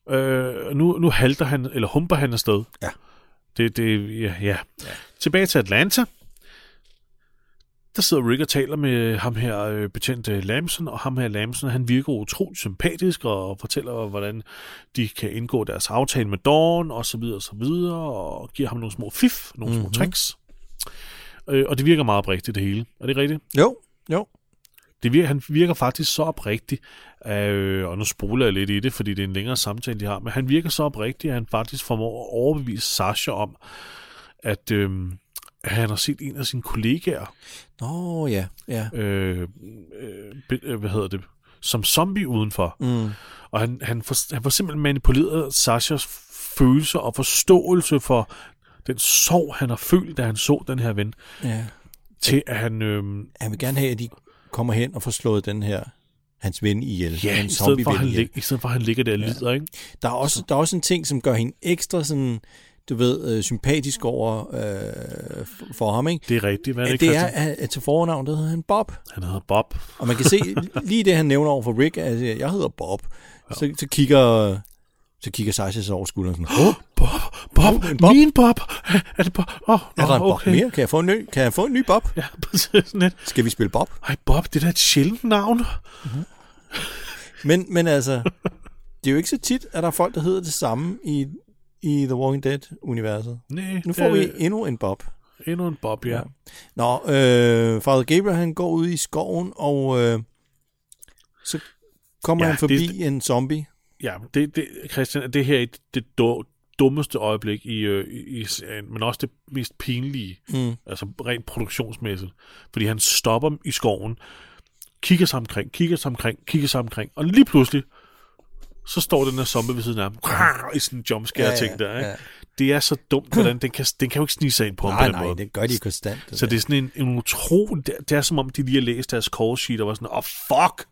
S1: Øh, nu, nu halter han, eller humper han afsted.
S2: Ja.
S1: Det, det, ja, ja. Tilbage til Atlanta. Der sidder Rick og taler med ham her øh, betjent øh, Lamson, og ham her Lamson, han virker utroligt sympatisk og fortæller, hvordan de kan indgå deres aftale med Dawn, og så videre, og så videre, og giver ham nogle små fif, nogle mm-hmm.
S2: Mhm.
S1: små tricks. Øh, og det virker meget oprigtigt, det hele. Er det ikke rigtigt?
S2: Jo, jo.
S1: Det virker, han virker faktisk så oprigtig, øh, og nu spoler jeg lidt i det, fordi det er en længere samtale, de har, men han virker så oprigtig, at han faktisk formår at overbevise Sasha om, at, øh, at han har set en af sine kollegaer,
S2: Nå, ja, ja.
S1: øh, øh, be- øh, hvad hedder det, som zombie udenfor.
S2: Mm.
S1: Og han, han, får, han får simpelthen manipuleret Sashas følelser og forståelse for den sorg, han har følt, da han så den her ven,
S2: ja.
S1: til at han... Øh,
S2: Han vil gerne have, at de kommer hen og får slået den her, hans ven ihjel.
S1: ja, i
S2: hans
S1: stedet, for,
S2: zombieven
S1: han
S2: ihjel.
S1: lig, i stedet for, at han ligger der og lider, ikke?
S2: Der er, også, der er også en ting, som gør hende ekstra sådan, du ved, øh, sympatisk over øh, f- for ham, ikke?
S1: Det er rigtigt, hvad er
S2: Ja,
S1: det,
S2: det er,
S1: Christian?
S2: at, at til fornavn, der hedder han Bob.
S1: Han hedder Bob.
S2: Og man kan se lige det, han nævner over for Rick, at øh, jeg hedder Bob. Så, så kigger så kigger Sasha sig over skulderen sådan, Åh,
S1: Bob, Bob,
S2: Oh, en Bob.
S1: min Bob. Er det Bob? Oh,
S2: er der en Bob
S1: okay.
S2: mere? Kan jeg, få en ny, kan jeg få en ny Bob?
S1: Ja, præcis sådan lidt.
S2: Skal vi spille Bob?
S1: Ej, Bob, det der er et sjældent navn.
S2: Men, men altså, det er jo ikke så tit, at der er folk, der hedder det samme i, i The Walking Dead-universet.
S1: Nej,
S2: Nu får
S1: det
S2: vi
S1: er
S2: endnu en Bob.
S1: øh, endnu en Bob, ja.
S2: Ja. Nå, øh, Father Gabriel han går ud i skoven, og øh, så kommer
S1: Ja,
S2: ja, han forbi
S1: det-
S2: det... en zombie.
S1: Ja, det, det, Christian, det her er det du- dummeste øjeblik i, øh, i, i serien, men også det mest pinlige,
S2: Mm.
S1: altså rent produktionsmæssigt. Fordi han stopper i skoven, kigger sig omkring, kigger sig omkring, kigger sig omkring, og lige pludselig, så står den der zombie ved siden af ham, i sådan en jumpscare-ting der, ikke? det er så dumt, hvordan den kan, den kan jo ikke snige sig ind på ham på
S2: Nej,
S1: den
S2: nej,
S1: måde.
S2: det gør de konstant.
S1: så det er sådan en, en utrolig... Det, er- det er som om, de lige har læst deres call sheet og var sådan, åh, oh, fuck!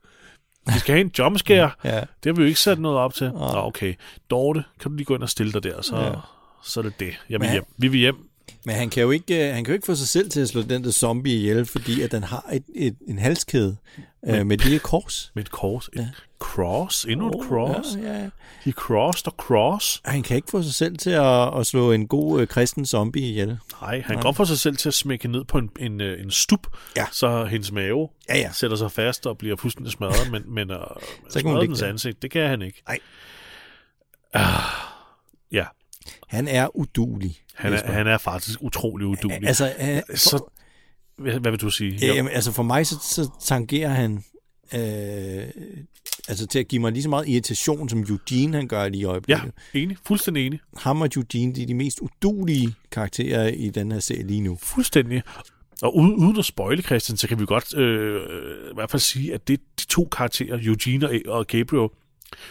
S1: Vi skal have en jumpscare.
S2: Ja.
S1: Det har vi jo ikke sat noget op til. Nå, okay. Dorte, kan du lige gå ind og stille dig der, så, så er det det. Jeg vil
S2: Men-
S1: hjem. Vi vil hjem.
S2: Men han kan, jo ikke, øh, han kan jo ikke få sig selv til at slå den der zombie ihjel, fordi at den har et, et, en halskæde øh, med et lille kors.
S1: Med et kors. Et cross. Endnu et
S2: Åh,
S1: cross.
S2: Ja, ja.
S1: He crossed og cross.
S2: Han kan ikke få sig selv til at, at slå en god øh, kristen zombie ihjel.
S1: Nej, han går for sig selv til at smække ned på en, en, øh, en stup,
S2: Ja.
S1: så hendes mave
S2: Ja, ja.
S1: sætter sig fast og bliver fuldstændig smadret, men, men uh, så
S2: ligge
S1: smadret dens
S2: der.
S1: ansigt, det kan han ikke.
S2: Nej.
S1: Ah, ja,
S2: Han er udulig.
S1: han er, han er faktisk utrolig udulig.
S2: Altså, øh, for,
S1: så, hvad, hvad vil du sige?
S2: Ja,
S1: Jo.
S2: jamen, altså for mig, så, så tangerer han øh, altså til at give mig lige så meget irritation, som Eugene han gør lige i
S1: ja,
S2: øjeblikket.
S1: enig. Fuldstændig enig.
S2: Ham og Eugene, de er de mest udulige karakterer i den her serie lige nu.
S1: Fuldstændig. Og uden, uden at spoile, Christian, så kan vi godt øh, i hvert fald sige, at det de to karakterer, Eugene og, og Gabriel,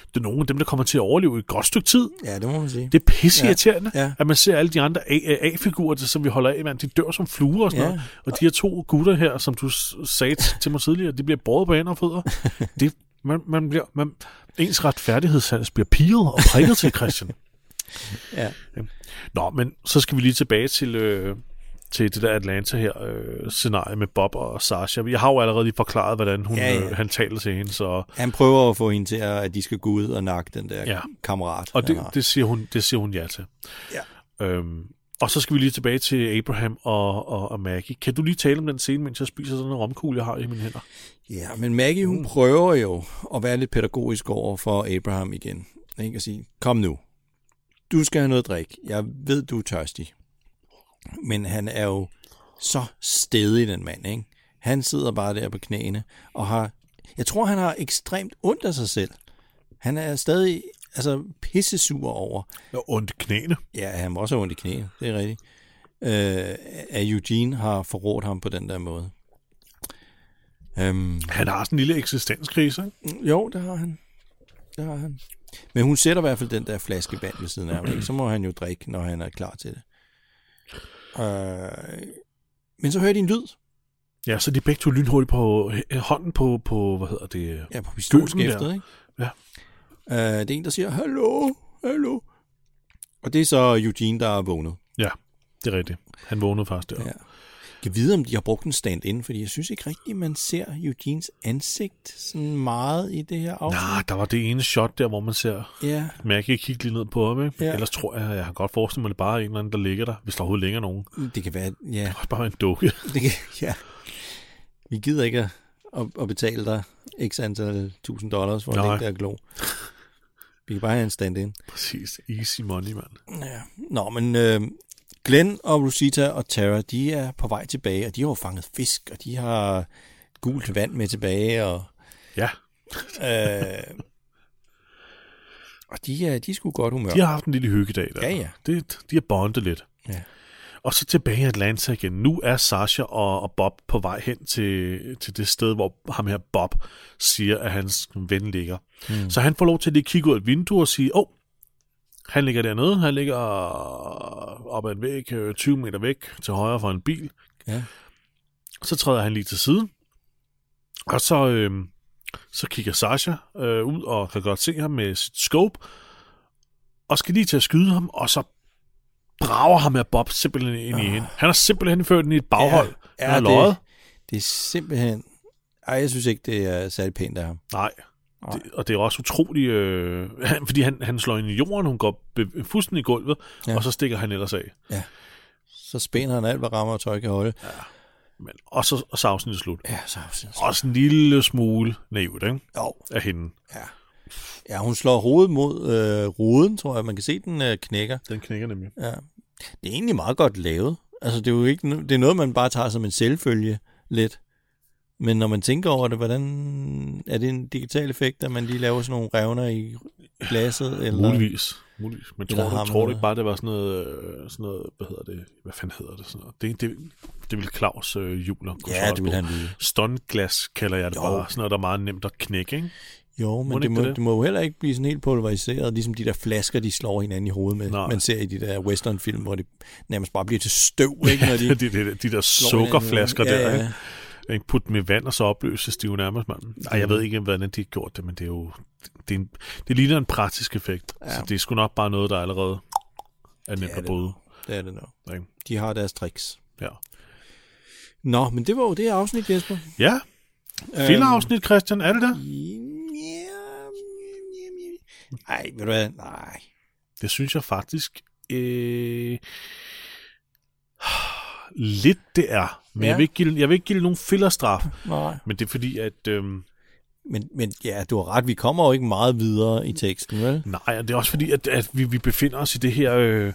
S1: det er nogle af dem, der kommer til at overleve i et godt stykke tid.
S2: Ja, det må man sige.
S1: Det er pisseirriterende, ja.
S2: Ja.
S1: Ja. at man ser alle de andre A- A-figurer, der- som vi holder af, man, de dør som fluer og sådan ja.
S2: Ja.
S1: noget. Og de her to gutter her, som du s- sagde t- til mig tidligere, de bliver båret på hænder og fødder. Det, man, man bliver, man, ens retfærdighedssans bliver piret og prikket til, Christian.
S2: Ja.
S1: Nå, men så skal vi lige tilbage til, øh, til det der Atlanta her øh, scenarie med Bob og Sasha. Jeg har jo allerede lige forklaret, hvordan hun, ja,
S2: Ja,
S1: ja.
S2: ja.
S1: Øh, han taler til hende, så...
S2: Han prøver at få hende til, at at de skal gå ud og nakke den der
S1: Ja.
S2: ja. kammerat.
S1: Og det,
S2: han har.
S1: det, siger hun, det siger hun ja til.
S2: Ja.
S1: Øhm, og så skal vi lige tilbage til Abraham og, og, og Maggie. Kan du lige tale om den scene, mens jeg spiser sådan en romkugle, jeg har i mine hænder?
S2: Ja, men Maggie,
S1: Mm.
S2: hun prøver jo at være lidt pædagogisk over for Abraham igen. Ikke? Og sige, kom nu, du skal have noget at drikke. Jeg ved, du er tørstig. Men han er jo så stedig, den mand. Ikke? Han sidder bare der på knæene og har... Jeg tror, han har ekstremt ondt af sig selv. Han er stadig altså, pissesur over,
S1: Jeg har ondt i knæene.
S2: Ja, han må også have ondt i knæet, det er rigtigt. Øh, at Eugene har forrådt ham på den der måde. Øhm,
S1: Han har sådan en lille eksistenskrise, ikke?
S2: jo, det har han. Det har han. Men hun sætter i hvert fald den der flaske vand ved siden af ham. Ikke? Så må han jo drikke, når han er klar til det. Øh, men så hører de en lyd.
S1: Ja, så de er begge to lynhurtigt på øh, hånden på, på, hvad hedder det?
S2: Ja, på
S1: Gøsen der.
S2: pistolskæftet, ikke?
S1: Ja.
S2: Øh, det er en, der siger, hallo, hallo. Og det er så Eugene, der er vågnet.
S1: Ja, det er rigtigt. Han vågnede faktisk der. Ja.
S2: Ja. Jeg vide, om de har brugt en stand-in, fordi jeg synes ikke rigtigt, man ser Eugenes ansigt sådan meget i det her afsnit.
S1: Nej, der var det ene shot der, hvor man ser
S2: Ja,
S1: Men jeg kan kigge lige ned på ham, ikke?
S2: Ja.
S1: Ja. Ellers tror jeg, jeg har godt forestillet mig, at det bare er en eller anden, der ligger der, hvis der overhovedet ligger nogen. Det
S2: det kan være, ja,
S1: kan også bare være en dukke.
S2: det kan, ja. Vi gider ikke at, at, at betale dig x antal tusind dollars for at
S1: Nej.
S2: ligge der og glo. Vi kan bare have en stand-in.
S1: Præcis. Easy money, mand.
S2: Ja. Nå, men øh, Glenn og Rosita og Tara, de er på vej tilbage, og de har jo fanget fisk, og de har gult vand med tilbage, og,
S1: Ja,
S2: øh, og de er, de er sgu godt humør.
S1: de har haft en lille hyggedag der.
S2: Ja, ja.
S1: Det, de har bondet lidt.
S2: Ja.
S1: Og så tilbage i Atlanta igen. Nu er Sasha og, og Bob på vej hen til, til det sted, hvor ham her Bob siger, at hans ven ligger.
S2: Hmm.
S1: Mm. Så han får lov til at lige kigge ud af et vindue og sige, åh, oh, han ligger dernede, han ligger op ad en væg, øh, 20 meter væk, til højre for en bil.
S2: Ja.
S1: Så træder han lige til siden, og så, øh, så kigger Sasha øh, ud og kan godt se ham med sit scope, og skal lige til at skyde ham, og så brager ham af Bob simpelthen ind i hende. Han har simpelthen ført den i et baghold. Ah. Ja, han har løjet.
S2: det, det er simpelthen... Ej, jeg synes ikke, det er særlig pænt af ham.
S1: Nej. Det, og det er også utroligt, øh, han- fordi han, han slår hende i jorden, hun går be- fuldstændig i gulvet,
S2: Ja.
S1: ja. og så stikker han ellers af.
S2: Så spænder han alt, hvad rammer og tøj kan holde.
S1: Men, og så og så er afsnittet slut.
S2: Ja, så så-
S1: Også en lille smule naivt ikke?
S2: Jo,
S1: af hende.
S2: ja. Ja, hun slår hovedet mod øh, ruden, tror jeg. Man kan se, den øh, knækker.
S1: Den knækker nemlig.
S2: Ja. Det er egentlig meget godt lavet. Altså, det er jo ikke, no- det er noget, man bare tager som en selvfølge lidt. Men når man tænker over det, hvordan er det en digital effekt, at man lige laver sådan nogle revner i glasset? Eller?
S1: Muligvis. Muligvis. Men
S2: Eller
S1: tror
S2: har
S1: du,
S2: man
S1: tror du
S2: noget?
S1: ikke bare, det var sådan noget, øh, sådan noget, hvad hedder det, hvad fanden hedder det, sådan noget? Det, det, det ville Claus øh, Juler kunne
S2: Ja,
S1: svare
S2: det vil
S1: på.
S2: han vide.
S1: Stuntglas kalder jeg det
S2: Jo.
S1: jo. bare. Sådan noget, der er meget nemt at knække, ikke?
S2: Jo,
S1: Må
S2: men
S1: det
S2: det
S1: ikke
S2: må,
S1: det?
S2: det må jo heller ikke blive sådan helt pulveriseret, ligesom de der flasker, de slår hinanden i hovedet med. Nej.
S1: Nej.
S2: Man ser i de der westernfilm, hvor det nærmest bare bliver til støv, ikke, når de
S1: de, de, de, de der
S2: slår hinanden i
S1: sukkerflasker
S2: hovedet.
S1: der,
S2: ja,
S1: ikke?
S2: ja.
S1: Ikke? Put dem i vand, og så opløses de jo nærmest, mand. Ej, jeg ved ikke, hvordan de har gjort det, men det er jo... Det, er en, det ligner en praktisk effekt. Ja. Så det er sgu nok bare noget, der allerede er nemt
S2: er
S1: at
S2: det.
S1: bryde.
S2: Det er det nok.
S1: Ikke?
S2: De har deres tricks.
S1: Ja.
S2: Nå, men det var jo det her afsnit, Jesper.
S1: ja.
S2: Øhm.
S1: Filmafsnit, Christian, er det det?
S2: Ej, ved du hvad? Nej.
S1: Det synes jeg faktisk øh, lidt det er. Men
S2: Ja.
S1: ja. jeg, vil ikke give, jeg vil ikke give det nogen fillerstraf,
S2: Nej.
S1: men det er fordi, at... Øh,
S2: Men, men ja, du har ret. Vi kommer jo ikke meget videre i teksten, vel?
S1: nej, og det er også fordi, at, at vi, vi befinder os i det her, øh,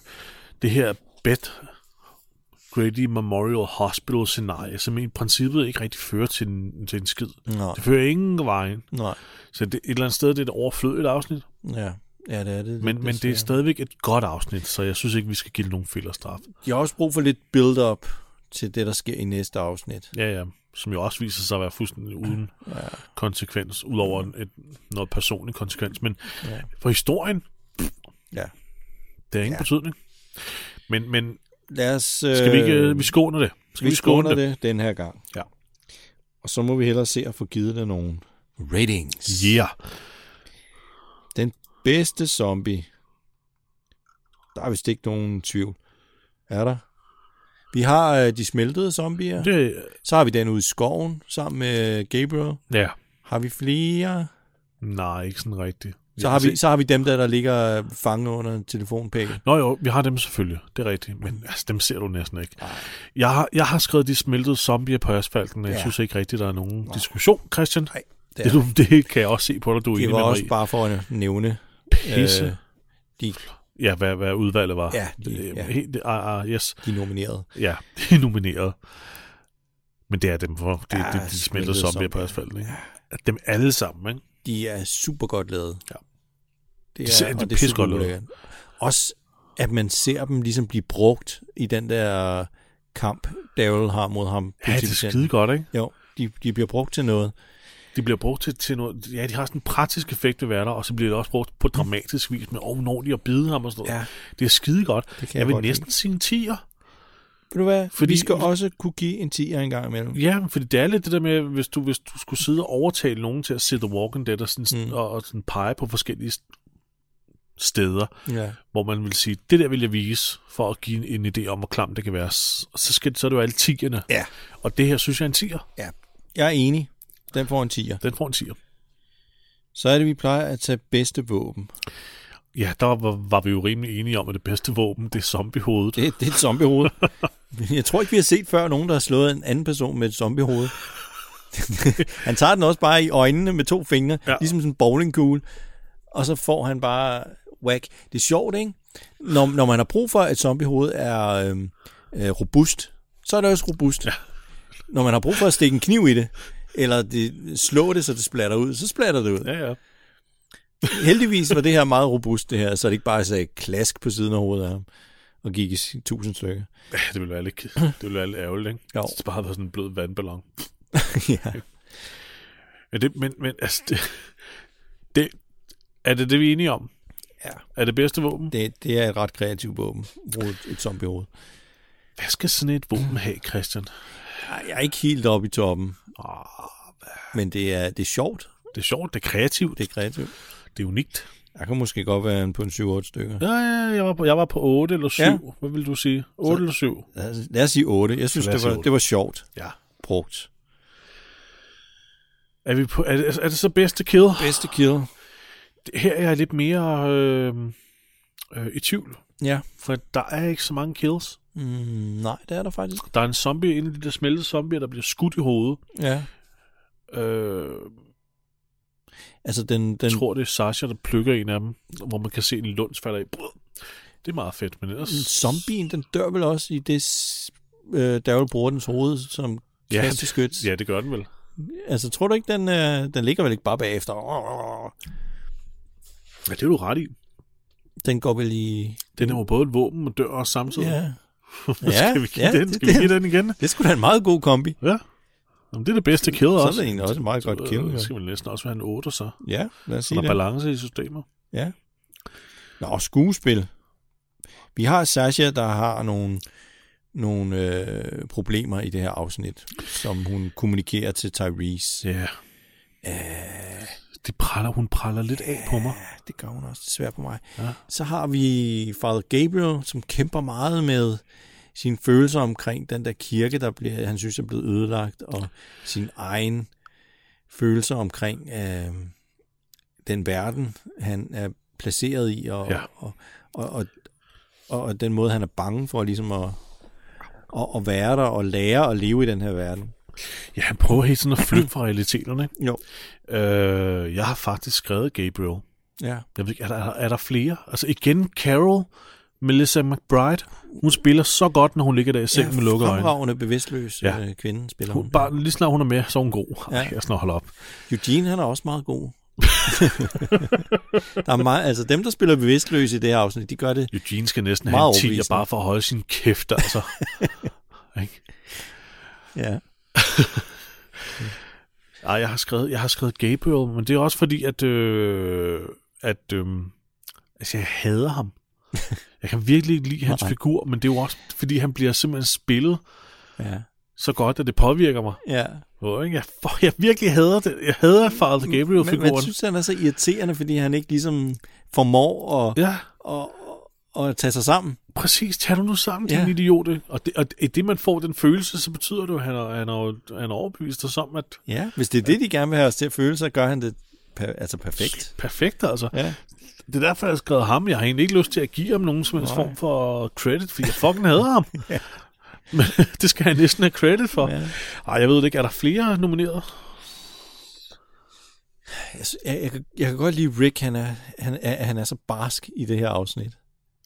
S1: det her bed Grady Memorial Hospital scenarie, som i princippet ikke rigtig fører til en, til en skid.
S2: Nej.
S1: Det fører ingen vejen.
S2: Nej.
S1: Så det, et eller andet sted det er det et overflødigt afsnit,
S2: Ja. Ja, det er det.
S1: men, men det er stadigvæk et godt afsnit, så jeg synes ikke, vi skal give det nogen fillerstraf.
S2: Jeg har også brug for lidt build-up til det, der sker i næste afsnit.
S1: Ja, ja. Som jo også viser sig at være fuldstændig uden ja. konsekvens, udover en- et, noget personlig konsekvens. Men
S2: Ja.
S1: ja. for historien,
S2: Ja.
S1: det har ingen
S2: Ja.
S1: ja. betydning. Men, men
S2: Lad os...
S1: skal vi ikke, øh, vi skåner det. Skal
S2: vi, vi skåner det? det den her gang.
S1: Ja.
S2: Og så må vi hellere se at få givet det nogle ratings.
S1: Yeah.
S2: Den bedste zombie. Der er vist ikke nogen tvivl. Er der? Vi har øh, de smeltede zombier.
S1: Det,
S2: Så har vi den ude i skoven sammen med Gabriel.
S1: ja.
S2: Har vi flere?
S1: Nej, ikke sådan rigtigt.
S2: Så har, vi, så har vi dem der, der ligger øh, fanget under en telefonpæl.
S1: Nå jo, vi har dem selvfølgelig. Det er rigtigt. Men altså, dem ser du næsten ikke. Jeg har, jeg har skrevet de smeltede zombier på asfalten. og Jeg
S2: Ja.
S1: ja. synes ikke rigtigt, der er nogen Nej. diskussion, Christian.
S2: Nej, det
S1: det,
S2: er-
S1: det, du- det kan jeg også se på dig, du er
S2: Det
S1: enig
S2: var
S1: med mig
S2: også
S1: i.
S2: bare for at nævne.
S1: Pisse.
S2: øh, de,
S1: Ja, hvad, hvad udvalget var.
S2: Ja, de-
S1: det,
S2: ja.
S1: ja. Helt, ah, ah, yes.
S2: de nominerede.
S1: ja, de er nomineret. Men det er dem, for det,
S2: Ja,
S1: ja, det, de
S2: smeltede
S1: smeltede zombier på
S2: zombier.
S1: asfalten. Ikke? At Dem alle sammen, ikke?
S2: De er super godt lavet.
S1: Ja.
S2: Det
S1: ser-
S2: og
S1: det er
S2: super
S1: pissegodt lavet.
S2: ulækkert. Også at man ser dem ligesom blive brugt i den der kamp, Daryl har mod ham.
S1: Ja, det er skide godt, ikke?
S2: Jo, de, de bliver brugt til noget.
S1: De bliver brugt til, til noget... Ja, de har sådan en praktisk effekt ved værter, og så bliver det også brugt på dramatisk vis med ovnorlige og bide ham og sådan noget.
S2: Ja.
S1: Det er skide godt.
S2: Det kan jeg
S1: jeg vil
S2: godt
S1: næsten sige en tiger.
S2: Ved du hvad? Fordi,
S1: Fordi-
S2: vi skal også kunne give en 10'er en gang imellem.
S1: Ja, fordi det er lidt det der med, hvis du, hvis du skulle sidde og overtale nogen til at se The Walking Dead og, sådan,
S2: Mm.
S1: mm. og, og sådan pege på forskellige s- steder,
S2: Ja.
S1: hvor man vil sige, det der vil jeg vise, for at give en, en idé om, hvor klamt det kan være. S- Og så, skal, så er det jo alle tierne.
S2: Ja.
S1: Og det her synes jeg er en tier.
S2: ja. Jeg er enig. Den får en 10'er.
S1: Den får en tier.
S2: Så er det, vi plejer at tage bedste våben.
S1: Ja, der var, var vi jo rimelig enige om, at det bedste våben, det er zombiehovedet.
S2: Det, det er et zombiehoved. Men Jeg tror ikke, vi har set før nogen, der har slået en anden person med et zombiehoved. han tager den også bare i øjnene med to fingre, ja.
S1: Ja.
S2: ligesom sådan en bowlingkugle. Og så får han bare whack. Det er sjovt, ikke? Når, når man har brug for, at zombiehovedet er øh, øh, robust, så er det også robust. Ja. Når man har brug for at stikke en kniv i det, eller det, slå det, så det splatter ud, så splatter det ud.
S1: Ja, ja.
S2: Heldigvis var det her meget robust, det her, så det ikke bare sagde klask på siden af hovedet af ham, og gik i s- tusind stykker.
S1: Ja, det ville være lidt, ked- det ville være lidt ærgerligt, ikke?
S2: Jo.
S1: Jo. Det bare havde været sådan en blød vandballon.
S2: ja.
S1: Ja, det, men, men altså, det, det, er det det, vi er enige om?
S2: Ja.
S1: Er det bedste våben?
S2: Det, det er et ret kreativt våben, bruge et zombiehoved.
S1: Hvad skal sådan et våben have, Christian? Ah,
S2: Ej, Jeg er ikke helt oppe i toppen, men det er, det er sjovt,
S1: Det er sjovt, det er kreativt,
S2: det
S1: det,
S2: er kreativt.
S1: det er unikt.
S2: Jeg kan måske godt være en på en 7-8 stykker.
S1: Ja, ja, jeg var på, jeg var på 8 eller 7.
S2: Ja.
S1: Ja. Hvad vil du sige? 8 eller 7?
S2: Lad os, lad os sige 8. Jeg synes,
S1: Lad os
S2: det var,
S1: sige otte.
S2: det var sjovt
S1: Ja.
S2: brugt.
S1: Er, vi på, er, det, er det så bedste kill?
S2: Bedste kill.
S1: Her er jeg lidt mere øh, øh, i tvivl,
S2: Ja.
S1: for der er ikke så mange kills.
S2: Mm, nej, det er der faktisk.
S1: Der er en zombie, en af de der smeltede zombier, der bliver skudt i hovedet.
S2: Ja.
S1: Øh,
S2: Altså, den, den,
S1: jeg tror, det er Sasha, der plukker en af dem, hvor man kan se en luns falder i. Det er meget fedt, men ellers...
S2: zombien, den dør vel også i det, s- øh, der vil bruge dens hoved som
S1: Ja,
S2: kasteskyt.
S1: Ja, det gør den vel.
S2: Altså, tror du ikke, den, øh, den ligger vel ikke bare bagefter?
S1: Ja, det er du ret i.
S2: Den går vel i...
S1: Den er jo både et våben og dør også samtidig.
S2: Ja.
S1: skal vi give
S2: ja,
S1: den?
S2: det-
S1: Skal vi give den igen?
S2: Det skulle da en meget god kombi.
S1: Ja. Jamen, det er det bedste kæde
S2: Så
S1: også.
S2: er det egentlig også et meget godt
S1: Øh,
S2: kill.
S1: skal man næsten også have en 8 så.
S2: Ja, lad os
S1: Så
S2: sige
S1: der er
S2: det.
S1: balance i systemet.
S2: Ja. Nå, skuespil. Vi har Sasha, der har nogle, nogle øh, problemer i det her afsnit, som hun kommunikerer til Tyrese.
S1: Ja.
S2: Øh.
S1: Det praller, hun praller lidt af på mig.
S2: Ja, det gør hun også desværre på mig.
S1: Ja.
S2: Så har vi Father Gabriel, som kæmper meget med sine følelser omkring den der kirke, der bliver, han synes er blevet ødelagt, og sin egen følelser omkring øh, den verden, han er placeret i, og,
S1: Ja.
S2: og, og, og, og, og den måde, han er bange for ligesom at, at, at være der og lære at leve i den her verden.
S1: Ja, han prøver hele tiden at flygte fra realiteterne. ikke?
S2: Jo.
S1: Øh, jeg har faktisk skrevet Gabriel.
S2: Ja.
S1: Jeg ved ikke, er der, er der flere? Altså igen, Carol, Melissa McBride. Hun spiller så godt, når hun ligger der i sengen ja, med lukkede øjne.
S2: Fremragende, bevidstløs
S1: Ja.
S2: ja. kvinde spiller hun.
S1: Hun, bare, lige snart hun er med, så er hun god.
S2: Ja.
S1: Ja. Jeg snart holde op.
S2: Eugene, han er også meget god. der er meget, altså dem, der spiller bevidstløse i det her afsnit, de gør det.
S1: Eugene skal næsten
S2: Meget
S1: have en 10
S2: overbevisende.
S1: bare for at holde sin kæft, altså. Ikke?
S2: Ja.
S1: Ej, jeg har skrevet, jeg har skrevet Gabriel, men det er også fordi, at, øh, at øh, altså, jeg hader ham. Jeg kan virkelig ikke lide hans
S2: Nej.
S1: figur, men det er jo også, fordi han bliver simpelthen spillet
S2: Ja.
S1: så godt, at det påvirker mig.
S2: ja.
S1: Åh, ikke? Jeg, for, jeg virkelig hader det. Jeg hader Father
S2: Mm, Men man
S1: Gabriel-figuren.
S2: synes, han er så irriterende, fordi han ikke ligesom formår at,
S1: Ja,
S2: og, og, at tage sig sammen.
S1: præcis. Tag nu nu sammen,
S2: Ja.
S1: din idiot. ikke? Og det, og det, det, man får den følelse, så betyder det jo, at han er, han er, jo- han er overbevist os om, at
S2: Ja. Hvis det er det, de gerne vil have os til at føle, så gør han det per, altså perfekt.
S1: perfekt, altså.
S2: Ja.
S1: Det er derfor, jeg har skrevet ham. Jeg har egentlig ikke lyst til at give ham nogen som helst
S2: Nej.
S1: form for credit, fordi jeg fucking hader ham. Men det skal jeg næsten have credit for.
S2: Ja.
S1: Ja. Ej, jeg ved det ikke. Er der flere nomineret?
S2: Jeg, sy- jeg, jeg, kan- jeg kan godt lide Rick, han er, han, er, han er så barsk i det her afsnit.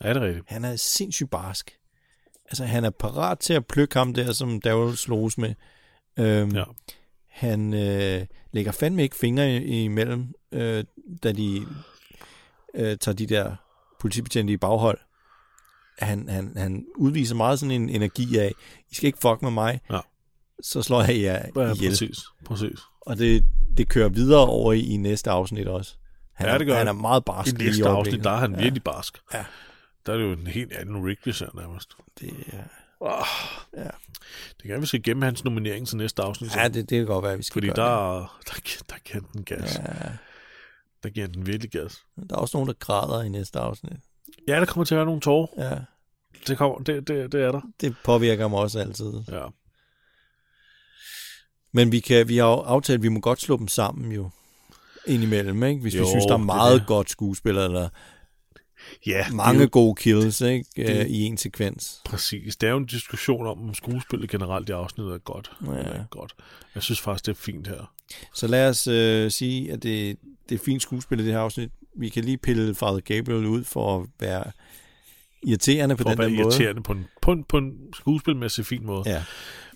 S1: Er det rigtigt?
S2: Han er sindssygt barsk. Altså, han er parat til at plukke ham der, som Daryl sloges med. Øhm,
S1: Ja.
S2: Han øh, lægger fandme ikke fingre i- imellem, øh, da de øh, tager de der politibetjente i baghold. Han, han, han udviser meget sådan en energi af, I skal ikke fuck med mig,
S1: Ja.
S2: så slår jeg jer
S1: Ja,
S2: ja, ihjel.
S1: præcis. præcis.
S2: Og det, det kører videre over i, i næste afsnit også. Han,
S1: Ja,
S2: er-
S1: det gør
S2: han er
S1: det.
S2: meget barsk.
S1: I
S2: lige
S1: næste afsnit,
S2: øjeblikket.
S1: der er han
S2: ja,
S1: virkelig barsk.
S2: Ja.
S1: Der er det jo en helt anden Rick, vi ser nærmest.
S2: Det, er-
S1: Det kan være, vi skal gemme hans nominering til næste afsnit. så.
S2: ja, det, det kan godt være, vi skal
S1: fordi
S2: gøre
S1: der, der, der, kan den gas.
S2: det. Ja.
S1: Der giver den virkelig gas.
S2: Der er også nogen, der græder i næste afsnit.
S1: Ja, der kommer til at være nogle tårer.
S2: Ja,
S1: Det, kommer, det, det, det er der.
S2: det påvirker mig også altid.
S1: Ja.
S2: Men vi, kan, vi har jo aftalt, at vi må godt slå dem sammen jo. Indimellem, ikke? Hvis jo, vi
S1: Jo,
S2: synes, der er
S1: det
S2: meget
S1: der.
S2: godt skuespil, eller
S1: Ja,
S2: mange
S1: det er
S2: det, gode kills, ikke?
S1: det-
S2: Det, I en sekvens.
S1: jo, præcis. Det er jo en diskussion om, om skuespillet generelt i afsnittet er godt.
S2: Ja.
S1: Eller ikke godt. Jeg synes faktisk, det er fint her.
S2: Så lad os øh, sige, at det, det er fint skuespil i det her afsnit. Vi kan lige pille Father Gabriel ud for at være irriterende på
S1: For at
S2: den
S1: være
S2: der måde.
S1: irriterende på en, på, en, på en skuespilmæssig fin måde.
S2: Ja,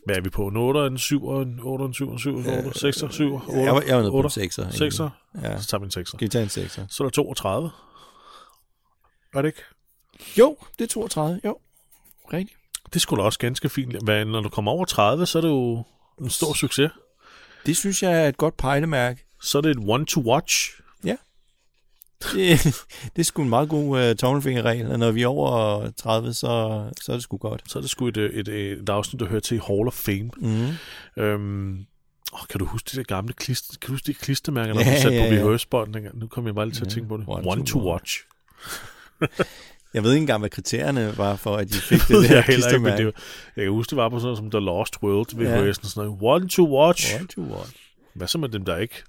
S1: Hvad er vi på? En 8, en 7, en 8, en 7, en 7, en 8, 6, 7, 8,
S2: jeg var, jeg var nede på en
S1: 8,
S2: sekser. egentlig.
S1: 6,
S2: Ja.
S1: så tager vi en 6.
S2: Skal vi tage en sekser?
S1: Så er der 32. Er det ikke?
S2: Jo, det er 32, jo. Rigtigt.
S1: Det er sgu da også ganske fint. Hvad, når du kommer over 30, så er det jo en stor succes.
S2: Det synes jeg er et godt pejlemærke.
S1: Så er det et one to watch.
S2: Det, det er sgu en meget god uh, tommelfingerregel, og når vi er over 30, så, så er det sgu godt.
S1: Så er det sgu et, øh, et, et, et afsnit, der hører til i Hall of Fame.
S2: Mm.
S1: Øhm, åh, kan du huske de der gamle klister, kan du huske de klistermærker, der
S2: Ja,
S1: ja, blev sat
S2: ja,
S1: ja, på
S2: ja.
S1: reverse-bånd dengang? Nu kommer jeg bare lige til at tænke på det.
S2: One
S1: One,
S2: to
S1: to
S2: watch.
S1: watch.
S2: Jeg ved ikke engang, hvad kriterierne var for, at de fik det
S1: Det ved
S2: der
S1: jeg heller ikke, men
S2: klistermærke.
S1: det, var- jeg kan huske, det var på sådan noget som The Lost World, VHS'en
S2: Ja.
S1: ja. sådan noget. One to watch.
S2: One to one.
S1: Hvad så med dem, der ikke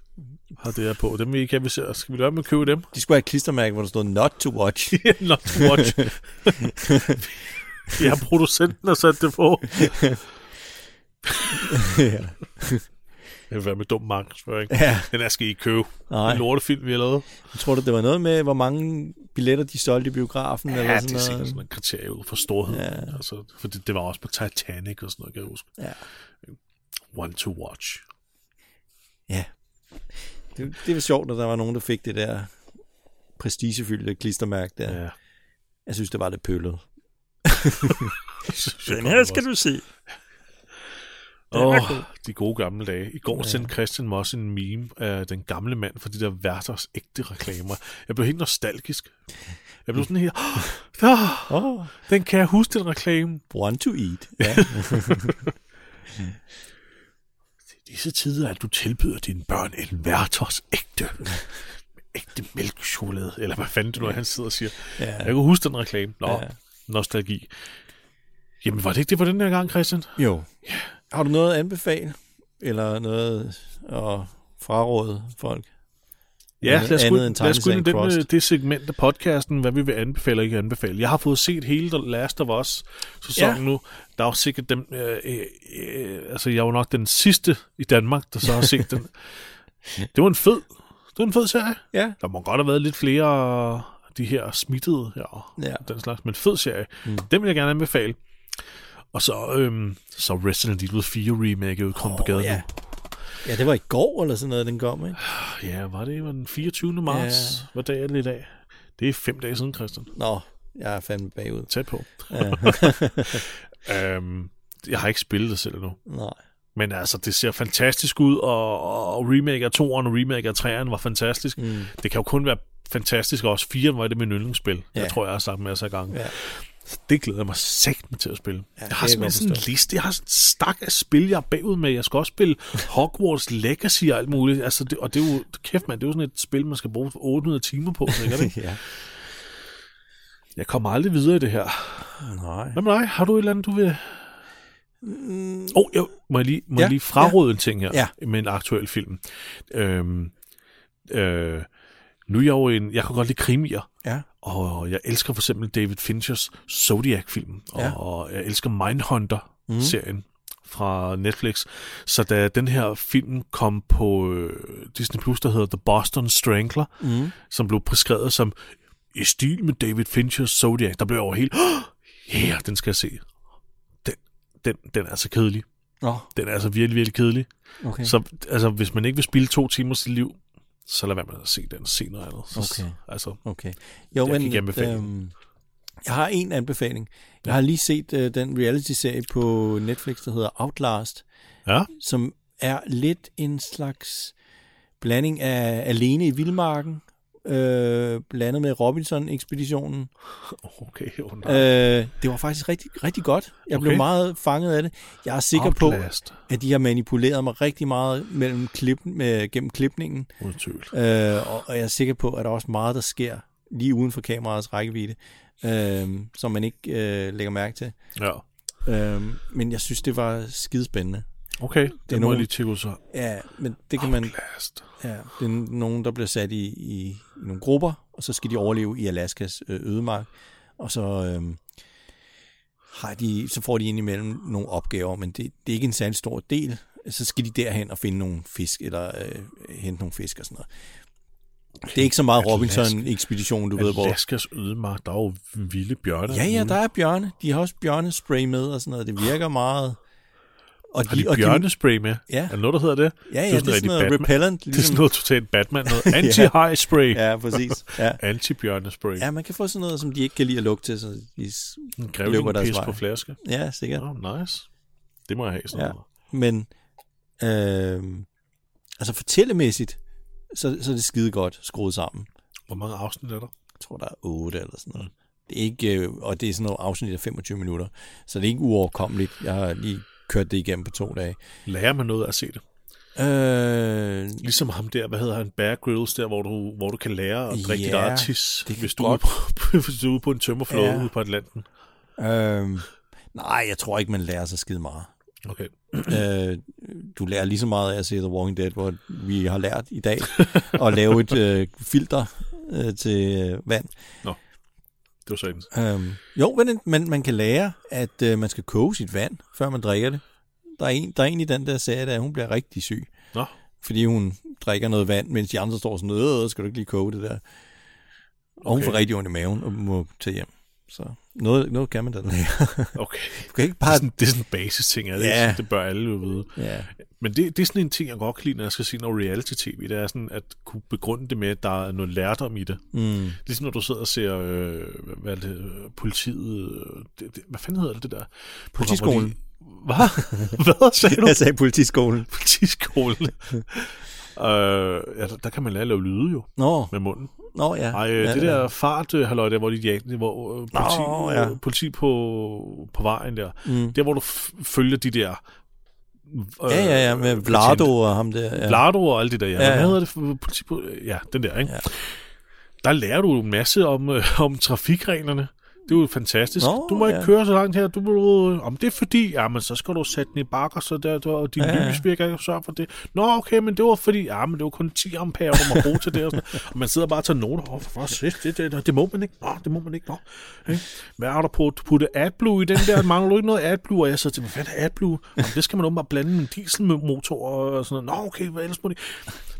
S1: har det her på? Dem vi ikke kan, vi ser, skal vi lade med at købe dem?
S2: De skulle have et klistermærke, hvor der stod not to watch.
S1: Not to watch. Vi har producenten og sat det på.
S2: ja.
S1: Det vil være med dum markedsføring.
S2: ja.
S1: Den her skal I købe.
S2: Nej.
S1: Den lortefilm, vi har lavet.
S2: Tror du, det var noget med, hvor mange billetter de solgte i biografen?
S1: Ja,
S2: eller
S1: det er
S2: sådan
S1: sikkert
S2: noget?
S1: sådan en kriterie ud for storhed.
S2: Ja.
S1: Ja. Altså, for det, det, var også på Titanic og sådan noget, kan jeg huske.
S2: Ja.
S1: One to watch.
S2: Ja. Det, det var sjovt, når der var nogen, der fik det der prestigefyldte klistermærke der. Ja.
S1: Ja.
S2: Jeg synes, det var lidt pøllet.
S1: Den her skal
S2: du se. Den er
S1: Åh,
S2: god.
S1: oh, de gode gamle dage. I går ja. sendte Christian mig også en meme af den gamle mand for de der værters ægte reklamer. Jeg blev helt nostalgisk. Jeg blev sådan helt, oh,
S2: Oh,
S1: den kan jeg huske, den reklame.
S2: one to eat. Ja.
S1: I disse tider, at du tilbyder dine børn en værters ægte, ægte mælkechokolade, eller hvad fanden det nu er, han sidder og siger.
S2: ja.
S1: Jeg kunne huske den reklame. Nå,
S2: Ja.
S1: ja. nostalgi. Jamen, var det ikke det for den her gang, Christian?
S2: Jo. Har du noget at anbefale? Eller noget at fraråde folk?
S1: Ja,
S2: Noget
S1: lad os, gå,
S2: andet
S1: ind-
S2: end
S1: lad os gå ind i
S2: tegneserien
S1: den, øh,
S2: Crossed.
S1: det segment af podcasten, hvad vi vil anbefale og ikke anbefale. Jeg har fået set hele The Last of Us sæsonen
S2: Ja.
S1: ja. nu. Der er jo sikkert dem... Øh, øh, øh, altså, jeg var nok den sidste i Danmark, der så har set den. Det var en fed... Det var en fed serie.
S2: Ja.
S1: Der må godt have været lidt flere af de her smittede her,
S2: Ja.
S1: ja. den slags, men fed serie. Mm. Den vil jeg gerne anbefale. Og så, øhm, så Resident Evil 4 remake er jo kommet oh, på gaden
S2: ja.
S1: ja.
S2: Ja, det var i går eller sådan noget, den kom, ikke?
S1: nu. Ja, var det var den 24. marts?
S2: Ja.
S1: Ja. Hvad dag er det i dag? Det er fem dage siden, Christian.
S2: Nå, jeg er fandme bagud.
S1: Tæt på.
S2: Ja.
S1: Øhm, jeg har ikke spillet det selv endnu.
S2: Nej.
S1: Men altså, det ser fantastisk ud, og, og remake af 2'eren og remake af 3'eren var fantastisk.
S2: Mm.
S1: Det kan jo kun være fantastisk, og også 4 var det min yndlingsspil.
S2: Ja.
S1: Jeg tror, jeg har sagt masser af gange.
S2: Ja.
S1: Det glæder jeg mig sagt til at spille. Ja,
S2: det
S1: jeg har
S2: kan jeg
S1: simpelthen sådan
S2: godt
S1: en liste. Jeg har sådan en stak af spil, jeg er bagud med. Jeg skal også spille Hogwarts Legacy og alt muligt. Altså, det, og det er jo, kæft mand, det er jo sådan et spil, man skal bruge 800 timer på. Ikke? Er det ikke?
S2: ja.
S1: Jeg kommer aldrig videre i det her.
S2: Nej.
S1: Hvad med dig? Har du et eller andet, du vil... Mm. Oh, jo, må jeg lige, må ja,
S2: Ja,
S1: jeg lige fraråde ja. en ting her
S2: Ja.
S1: med en aktuel film. Øhm, øh, nu er jeg jo en... Jeg kan godt lide krimier.
S2: Ja.
S1: Og jeg elsker for eksempel David Finchers Zodiac-film, og,
S2: Ja. Mhm.
S1: ja. og jeg elsker Mindhunter-serien mm. fra Netflix. Så da den her film kom på øh, Disney+, Plus, der hedder The Boston Strangler,
S2: Mm.
S1: som blev beskrevet som i stil med David Finchers Zodiac, der blev jeg over helt, ja, yeah, den skal jeg se. Den, den, den er altså kedelig.
S2: Nå,
S1: Den er altså virkelig, virkelig kedelig.
S2: okay.
S1: Så altså, hvis man ikke vil spille to timer sit liv, så lad være med at se den senere. Eller. Så,
S2: Okay.
S1: Altså,
S2: Okay.
S1: Jeg
S2: Jo, men,
S1: kan ikke anbefale
S2: øhm, jeg har en anbefaling. Jeg har lige set øh, den reality-serie på Netflix, der hedder Outlast,
S1: ja.
S2: som er lidt en slags blanding af Alene i Vildmarken øh, landet med Robinson-ekspeditionen.
S1: Okay, oh, nej.
S2: Øh, det var faktisk rigtig, rigtig godt. Jeg okay. blev
S1: Okay.
S2: meget fanget af det. Jeg er sikker
S1: Outlast.
S2: på, at de har manipuleret mig rigtig meget mellem klip, med, gennem klipningen.
S1: Uden tvivl.
S2: Øh, og, og jeg er sikker på, at der er også meget, der sker lige uden for kameraets rækkevidde, øh, som man ikke øh, lægger mærke til.
S1: Ja.
S2: Øh, men jeg synes, det var skidespændende.
S1: Okay, det, det må
S2: nogen-
S1: jeg lige tjekke ud så.
S2: Ja, men det kan man...
S1: Outlast.
S2: Ja, det er nogen, der bliver sat i, i, i nogle grupper, og så skal de overleve i Alaskas øh, ødemark. Og så, øh, har de, så får de indimellem nogle opgaver, men det, det er ikke en særlig stor del. Så skal de derhen og finde nogle fisk, eller øh, hente nogle fisk og sådan noget. Det er ikke så meget
S1: Atlas-
S2: Robinson-ekspedition, du ved, hvor...
S1: Alaskas ødemark, der er jo vilde bjørne. Mm.
S2: Ja, ja, der er bjørne. De har også bjørnespray med og sådan noget. Det virker meget... Og
S1: Har de bjørnespray med?
S2: Ja.
S1: Er der noget, der hedder det?
S2: ja, ja,
S1: sådan
S2: det er sådan
S1: rigtig
S2: noget
S1: Batman.
S2: repellent.
S1: Det er sådan
S2: Ligesom,
S1: noget totalt Batman. Noget anti-high spray.
S2: ja, præcis. Ja.
S1: Anti-bjørnespray.
S2: Ja, man kan få sådan noget, som de ikke kan lide at lugte til, så de... s-
S1: En
S2: løber deres
S1: grævling pis
S2: vej.
S1: på flaske.
S2: Ja, sikkert.
S1: Oh, nice. Det må jeg have sådan
S2: Ja.
S1: ja. noget.
S2: Men, øh, altså fortællemæssigt, så, så er det skide godt skruet sammen.
S1: Hvor mange afsnit er der?
S2: Jeg tror, der er otte eller sådan noget. Det er ikke, øh, og det er sådan noget afsnit af 25 minutter, så det er ikke uoverkommeligt. Jeg har lige kørt det igennem på to dage.
S1: Lærer man noget af at se det?
S2: Øh,
S1: Ligesom ham der, hvad hedder han, Bear Grylls, der, hvor du, hvor du kan lære at drikke dit
S2: Ja,
S1: eget tis,
S2: det kan
S1: hvis du,
S2: godt-
S1: er ude på, hvis du er ude på en tømmerflåde
S2: Ja.
S1: ja. ude på Atlanten.
S2: øh, nej, jeg tror ikke, man lærer sig skide meget.
S1: Okay.
S2: Øh, du lærer lige så meget af at se The Walking Dead, hvor vi har lært i dag at lave et øh, filter øh, til øh, vand.
S1: Det var sådan.
S2: Øhm, jo, men man, man kan lære, at øh, man skal koge sit vand, før man drikker det. Der er en, der er en i den der serie, der hun bliver rigtig syg,
S1: Nå,
S2: fordi hun drikker noget vand, mens de andre står sådan, øh, skal du ikke lige koge det der? Og okay. hun
S1: Okay.
S2: får rigtig ondt i maven og må tage hjem. Så noget, noget kan man da lære.
S1: okay.
S2: Du kan ikke
S1: Det
S2: bare...
S1: er sådan, det er sådan en basis ting, er det,
S2: Ja.
S1: ja. det bør alle jo vide.
S2: Ja,
S1: Men det, det er sådan en ting, jeg godt kan lide, når jeg skal se noget reality-tv. Det er sådan at kunne begrunde det med, at der er noget lærdom i det.
S2: mm,
S1: Ligesom når du sidder og ser, øh, hvad- hvad er det, øh, politiet... øh, Det, det, hvad fanden hedder det, det der? program, hvor
S2: Politiskolen.
S1: de- Hvad? Hvad sagde du?
S2: jeg sagde politiskolen.
S1: Politiskolen. øh, ja, der, der kan man lære at lave lyde jo
S2: Nå,
S1: med munden.
S2: nå ja.
S1: Ej,
S2: ja,
S1: øh, det
S2: ja.
S1: der fart, øh, halløj, der hvor de jagte, hvor øh, politi,
S2: Nå, ja.
S1: ja. politi på, på vejen der.
S2: Mm.
S1: Der hvor du f- følger de der... Øh,
S2: Ja, ja, ja, med Vlado og ham der. Ja.
S1: Lardo øh, og alt det der. Ja.
S2: Ja,
S1: ja.
S2: ja.
S1: Hvad hedder det? for- Politi på, ja, den der, ikke?
S2: Ja.
S1: Ja. Der lærer du en masse om, øh, om trafikreglerne. Det er jo fantastisk.
S2: Nå,
S1: Nå, du må ikke
S2: ja.
S1: ja. køre så langt her. Du må, øh, om det er fordi, jamen, så skal du sætte den i bakker, så der, der og din
S2: Ja, ja.
S1: ja. lys virker ikke sørge for det. Nå, okay, men det var fordi, ja, men det var kun 10 ampere, du må bruge til det. Og, sådan. noget. og man sidder bare og tager noter over, for det, det, det, det, må man ikke. Nå, det må man ikke. Nå. ikke? Hvad har du på? Du putte AdBlue i den der. Mangler du ikke noget AdBlue? Og jeg sidder til, hvad fanden er AdBlue? Nå, det skal man åbenbart blande med en dieselmotor og sådan noget. Nå, okay, hvad ellers må det?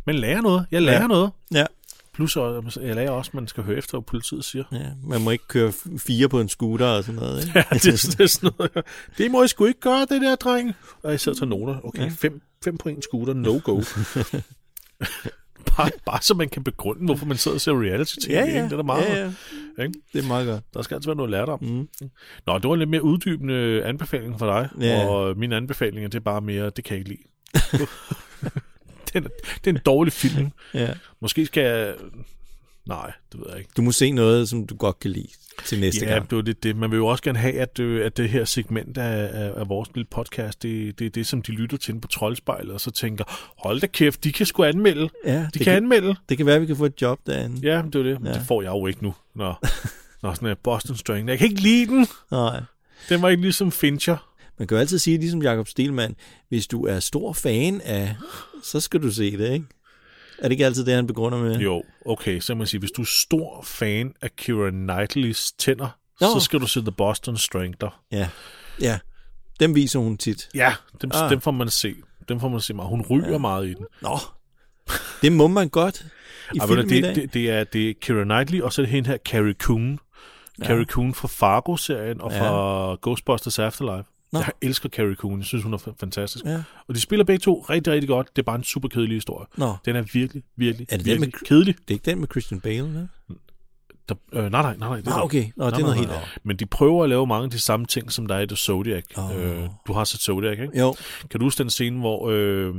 S1: Men lærer noget. Jeg lærer
S2: Ja.
S1: ja. noget.
S2: Ja.
S1: Plus, øh, jeg lærer også, at man skal høre efter, hvad politiet siger.
S2: ja. Man må ikke køre f- fire på en scooter og sådan noget. Ikke?
S1: Ja, det, det er sådan noget. Det må I sgu ikke gøre, det der, dreng. Og jeg sidder og tager noter. Okay,
S2: Ja.
S1: ja. fem, fem på en scooter, no go. bare, bare så man kan begrunde, hvorfor man sidder og ser reality tv. ikke? Det er da meget.
S2: ja, ja.
S1: Ikke?
S2: Det er meget godt.
S1: Der skal altid være noget lært om.
S2: Mm.
S1: Nå, det var en lidt mere uddybende anbefaling for dig.
S2: Ja.
S1: Ja. Og min anbefaling er det er bare mere, det kan jeg ikke lide. det, er, det er en dårlig film.
S2: Ja.
S1: Måske skal jeg... Nej, det ved jeg ikke.
S2: Du må se noget, som du godt kan lide til næste
S1: Ja,
S2: gang.
S1: det var lidt det. Man vil jo også gerne have, at, øh, at det her segment af, af, af vores lille podcast, det, det er det, som de lytter til inde på Troldspejlet, og så tænker, hold da kæft, de kan sgu anmelde.
S2: Ja,
S1: De
S2: det,
S1: kan anmelde.
S2: det kan være, at vi kan få et job derinde. Ja.
S1: Ja, men det er jo det. Men
S2: Ja.
S1: det får jeg jo ikke nu. Nå, Nå sådan er Boston String. Jeg kan ikke lide den.
S2: Nej.
S1: Den var ikke ligesom Fincher.
S2: Man kan jo altid sige, ligesom Jakob Stelmann, hvis du er stor fan af, så skal du se det, ikke? Er det ikke altid det, han begrunder med?
S1: Jo, okay, så kan man sige, hvis du er stor fan af Kira Knightleys tænder,
S2: Nå.
S1: så skal du se The Boston Strangler.
S2: Ja. ja. Dem viser hun tit.
S1: Ja, dem,
S2: Ah.
S1: ah. dem får man se. Dem får man se meget. Hun ryger ja. meget i den.
S2: Nå, det må man godt i
S1: Ej, ved du,
S2: film i
S1: det,
S2: dag.
S1: det, det, er, det er Keira Knightley, og så er det hende her, Carrie Coon. Ja. Carrie Coon fra Fargo-serien og
S2: Ja.
S1: fra Ghostbusters Afterlife.
S2: Nå.
S1: Nå. Jeg elsker Carrie Coon. Jeg synes, hun er fa- fantastisk.
S2: Ja.
S1: Og de spiller begge to rigtig, rigtig godt. Det er bare en super kedelig historie.
S2: Nå,
S1: Den er virkelig, virkelig,
S2: Er det den
S1: virkelig
S2: med-
S1: kedelig.
S2: det er ikke den med Christian Bale, ne?
S1: Der, øh, nej, nej, nej, nej. Det
S2: Nå,
S1: der-
S2: Ah, okay. Nå, det er noget helt andet.
S1: Men de prøver at lave mange af de samme ting, som der er i The Zodiac.
S2: Åh.
S1: Oh. Øh, du har set Zodiac, ikke?
S2: Jo,
S1: Kan du huske den scene, hvor øh,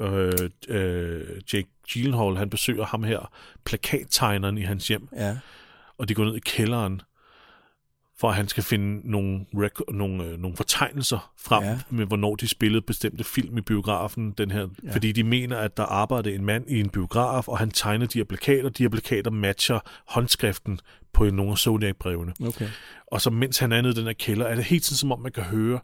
S1: øh, øh, Jake Gyllenhaal, han besøger ham her, plakattegneren i hans hjem,
S2: Ja.
S1: og de går ned i kælderen, for at han skal finde nogle, rec- nogle, øh, nogle fortegnelser frem
S2: Ja.
S1: ja. med, hvornår de spillede bestemte film i biografen. Den her, ja. Fordi de mener, at der arbejdede en mand i en biograf, og han tegnede de her plakater. De her plakater matcher håndskriften på nogle af Zodiac-brevene.
S2: Okay.
S1: Og så mens han er nede i den her kælder, er det helt sådan, som om man kan høre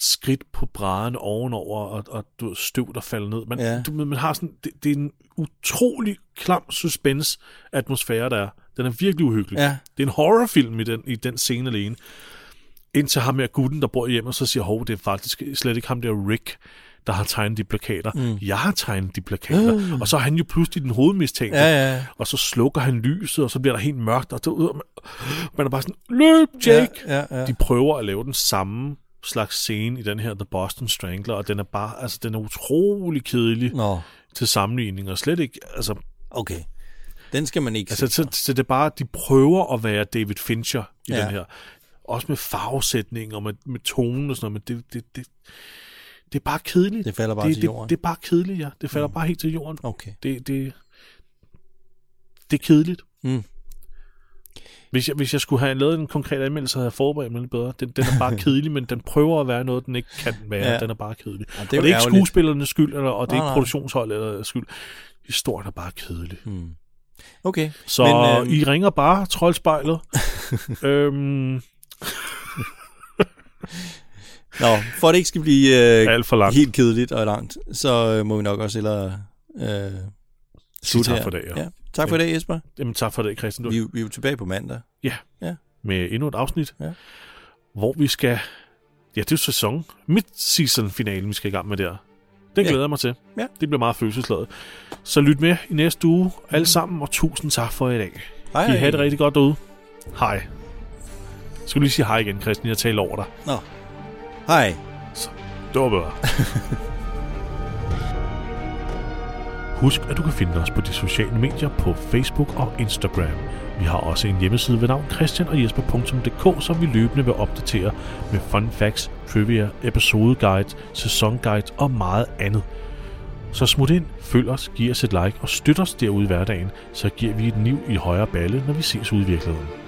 S1: skridt på brædderne ovenover, og, og du ved, støv, der falder ned. Man,
S2: Ja.
S1: ja. du, ved, man har sådan, det, det er en utrolig klam suspense-atmosfære, der er. Den er virkelig uhyggelig.
S2: Ja.
S1: Det er en horrorfilm i den, i den scene alene. Indtil ham her gutten, der bor hjemme, og så siger, hov, det er faktisk slet ikke ham der Rick, der har tegnet de plakater. Mm. Jeg har tegnet de plakater. Mm. Og så er han jo pludselig den hovedmistænkte.
S2: Ah. Ja, ja.
S1: Og så slukker han lyset, og så bliver der helt mørkt, og så, man, man er bare sådan, løb Jake!
S2: Ja, ja, ja.
S1: De prøver at lave den samme slags scene i den her The Boston Strangler, og den er bare, altså den er utrolig kedelig
S2: Nå,
S1: til sammenligning, og slet ikke, altså,
S2: okay. Den skal man ikke
S1: altså så, så det er bare, de prøver at være David Fincher i
S2: Ja.
S1: den her. Også med farvesætning og med, med tonen og sådan noget, men det, det, det, det er bare kedeligt.
S2: Det falder bare
S1: det,
S2: til
S1: det,
S2: jorden.
S1: Det, er bare kedeligt, ja. Det falder mm. bare helt til jorden.
S2: Okay.
S1: Det, det, det er kedeligt.
S2: Mm.
S1: Hvis jeg, hvis jeg skulle have lavet en konkret anmeldelse, så havde jeg forberedt mig lidt bedre. Den, den er bare kedelig, men den prøver at være noget, den ikke kan være.
S2: Ja.
S1: Ja. Den er bare kedelig.
S2: Ja,
S1: Ja,
S2: det
S1: det er
S2: er
S1: og det
S2: jo
S1: er ikke
S2: ærgerligt.
S1: skuespillernes skyld, eller, og det er
S2: Nej,
S1: ikke
S2: nej.
S1: produktionsholdet eller øh, skyld. Historien er bare kedelig.
S2: Hmm. Okay.
S1: Så
S2: Men,
S1: Men,
S2: øhm,
S1: øh... I ringer bare, troldspejlet. øhm,
S2: Nå, for at det ikke skal blive øh,
S1: alt for langt.
S2: helt kedeligt og langt, så øh, må vi nok også hellere øh,
S1: Sig
S2: slutte
S1: tak
S2: her.
S1: for i dag. Ja.
S2: ja. Tak for i dag, Jesper.
S1: Jamen, tak for det, Christian. Du,
S2: Vi, er jo- vi er jo tilbage på mandag.
S1: Med endnu et afsnit,
S2: Ja.
S1: ja. hvor vi skal... Ja, det er jo sæson. Mid-season-finalen, vi skal i gang med der. Den
S2: Ja.
S1: glæder jeg mig til.
S2: Ja.
S1: Det bliver meget følelsesladet. Så lyt med i næste uge, alle sammen, og tusind tak for i dag.
S2: Hej.
S1: Kan I have det rigtig godt derude. Hej. Jeg skulle lige sige hej igen, Christian. Jeg taler over dig.
S2: Nå. Hej.
S1: Det var bedre. Husk, at du kan finde os på de sociale medier på Facebook og Instagram. Vi har også en hjemmeside ved navn christianogjesper.dk, som vi løbende vil opdatere med fun facts, trivia, episodeguides, sæsonguides og meget andet. Så smut ind, følg os, giv os et like og støt os derude i hverdagen, så giver vi et liv i højere balle, når vi ses ude i virkeligheden.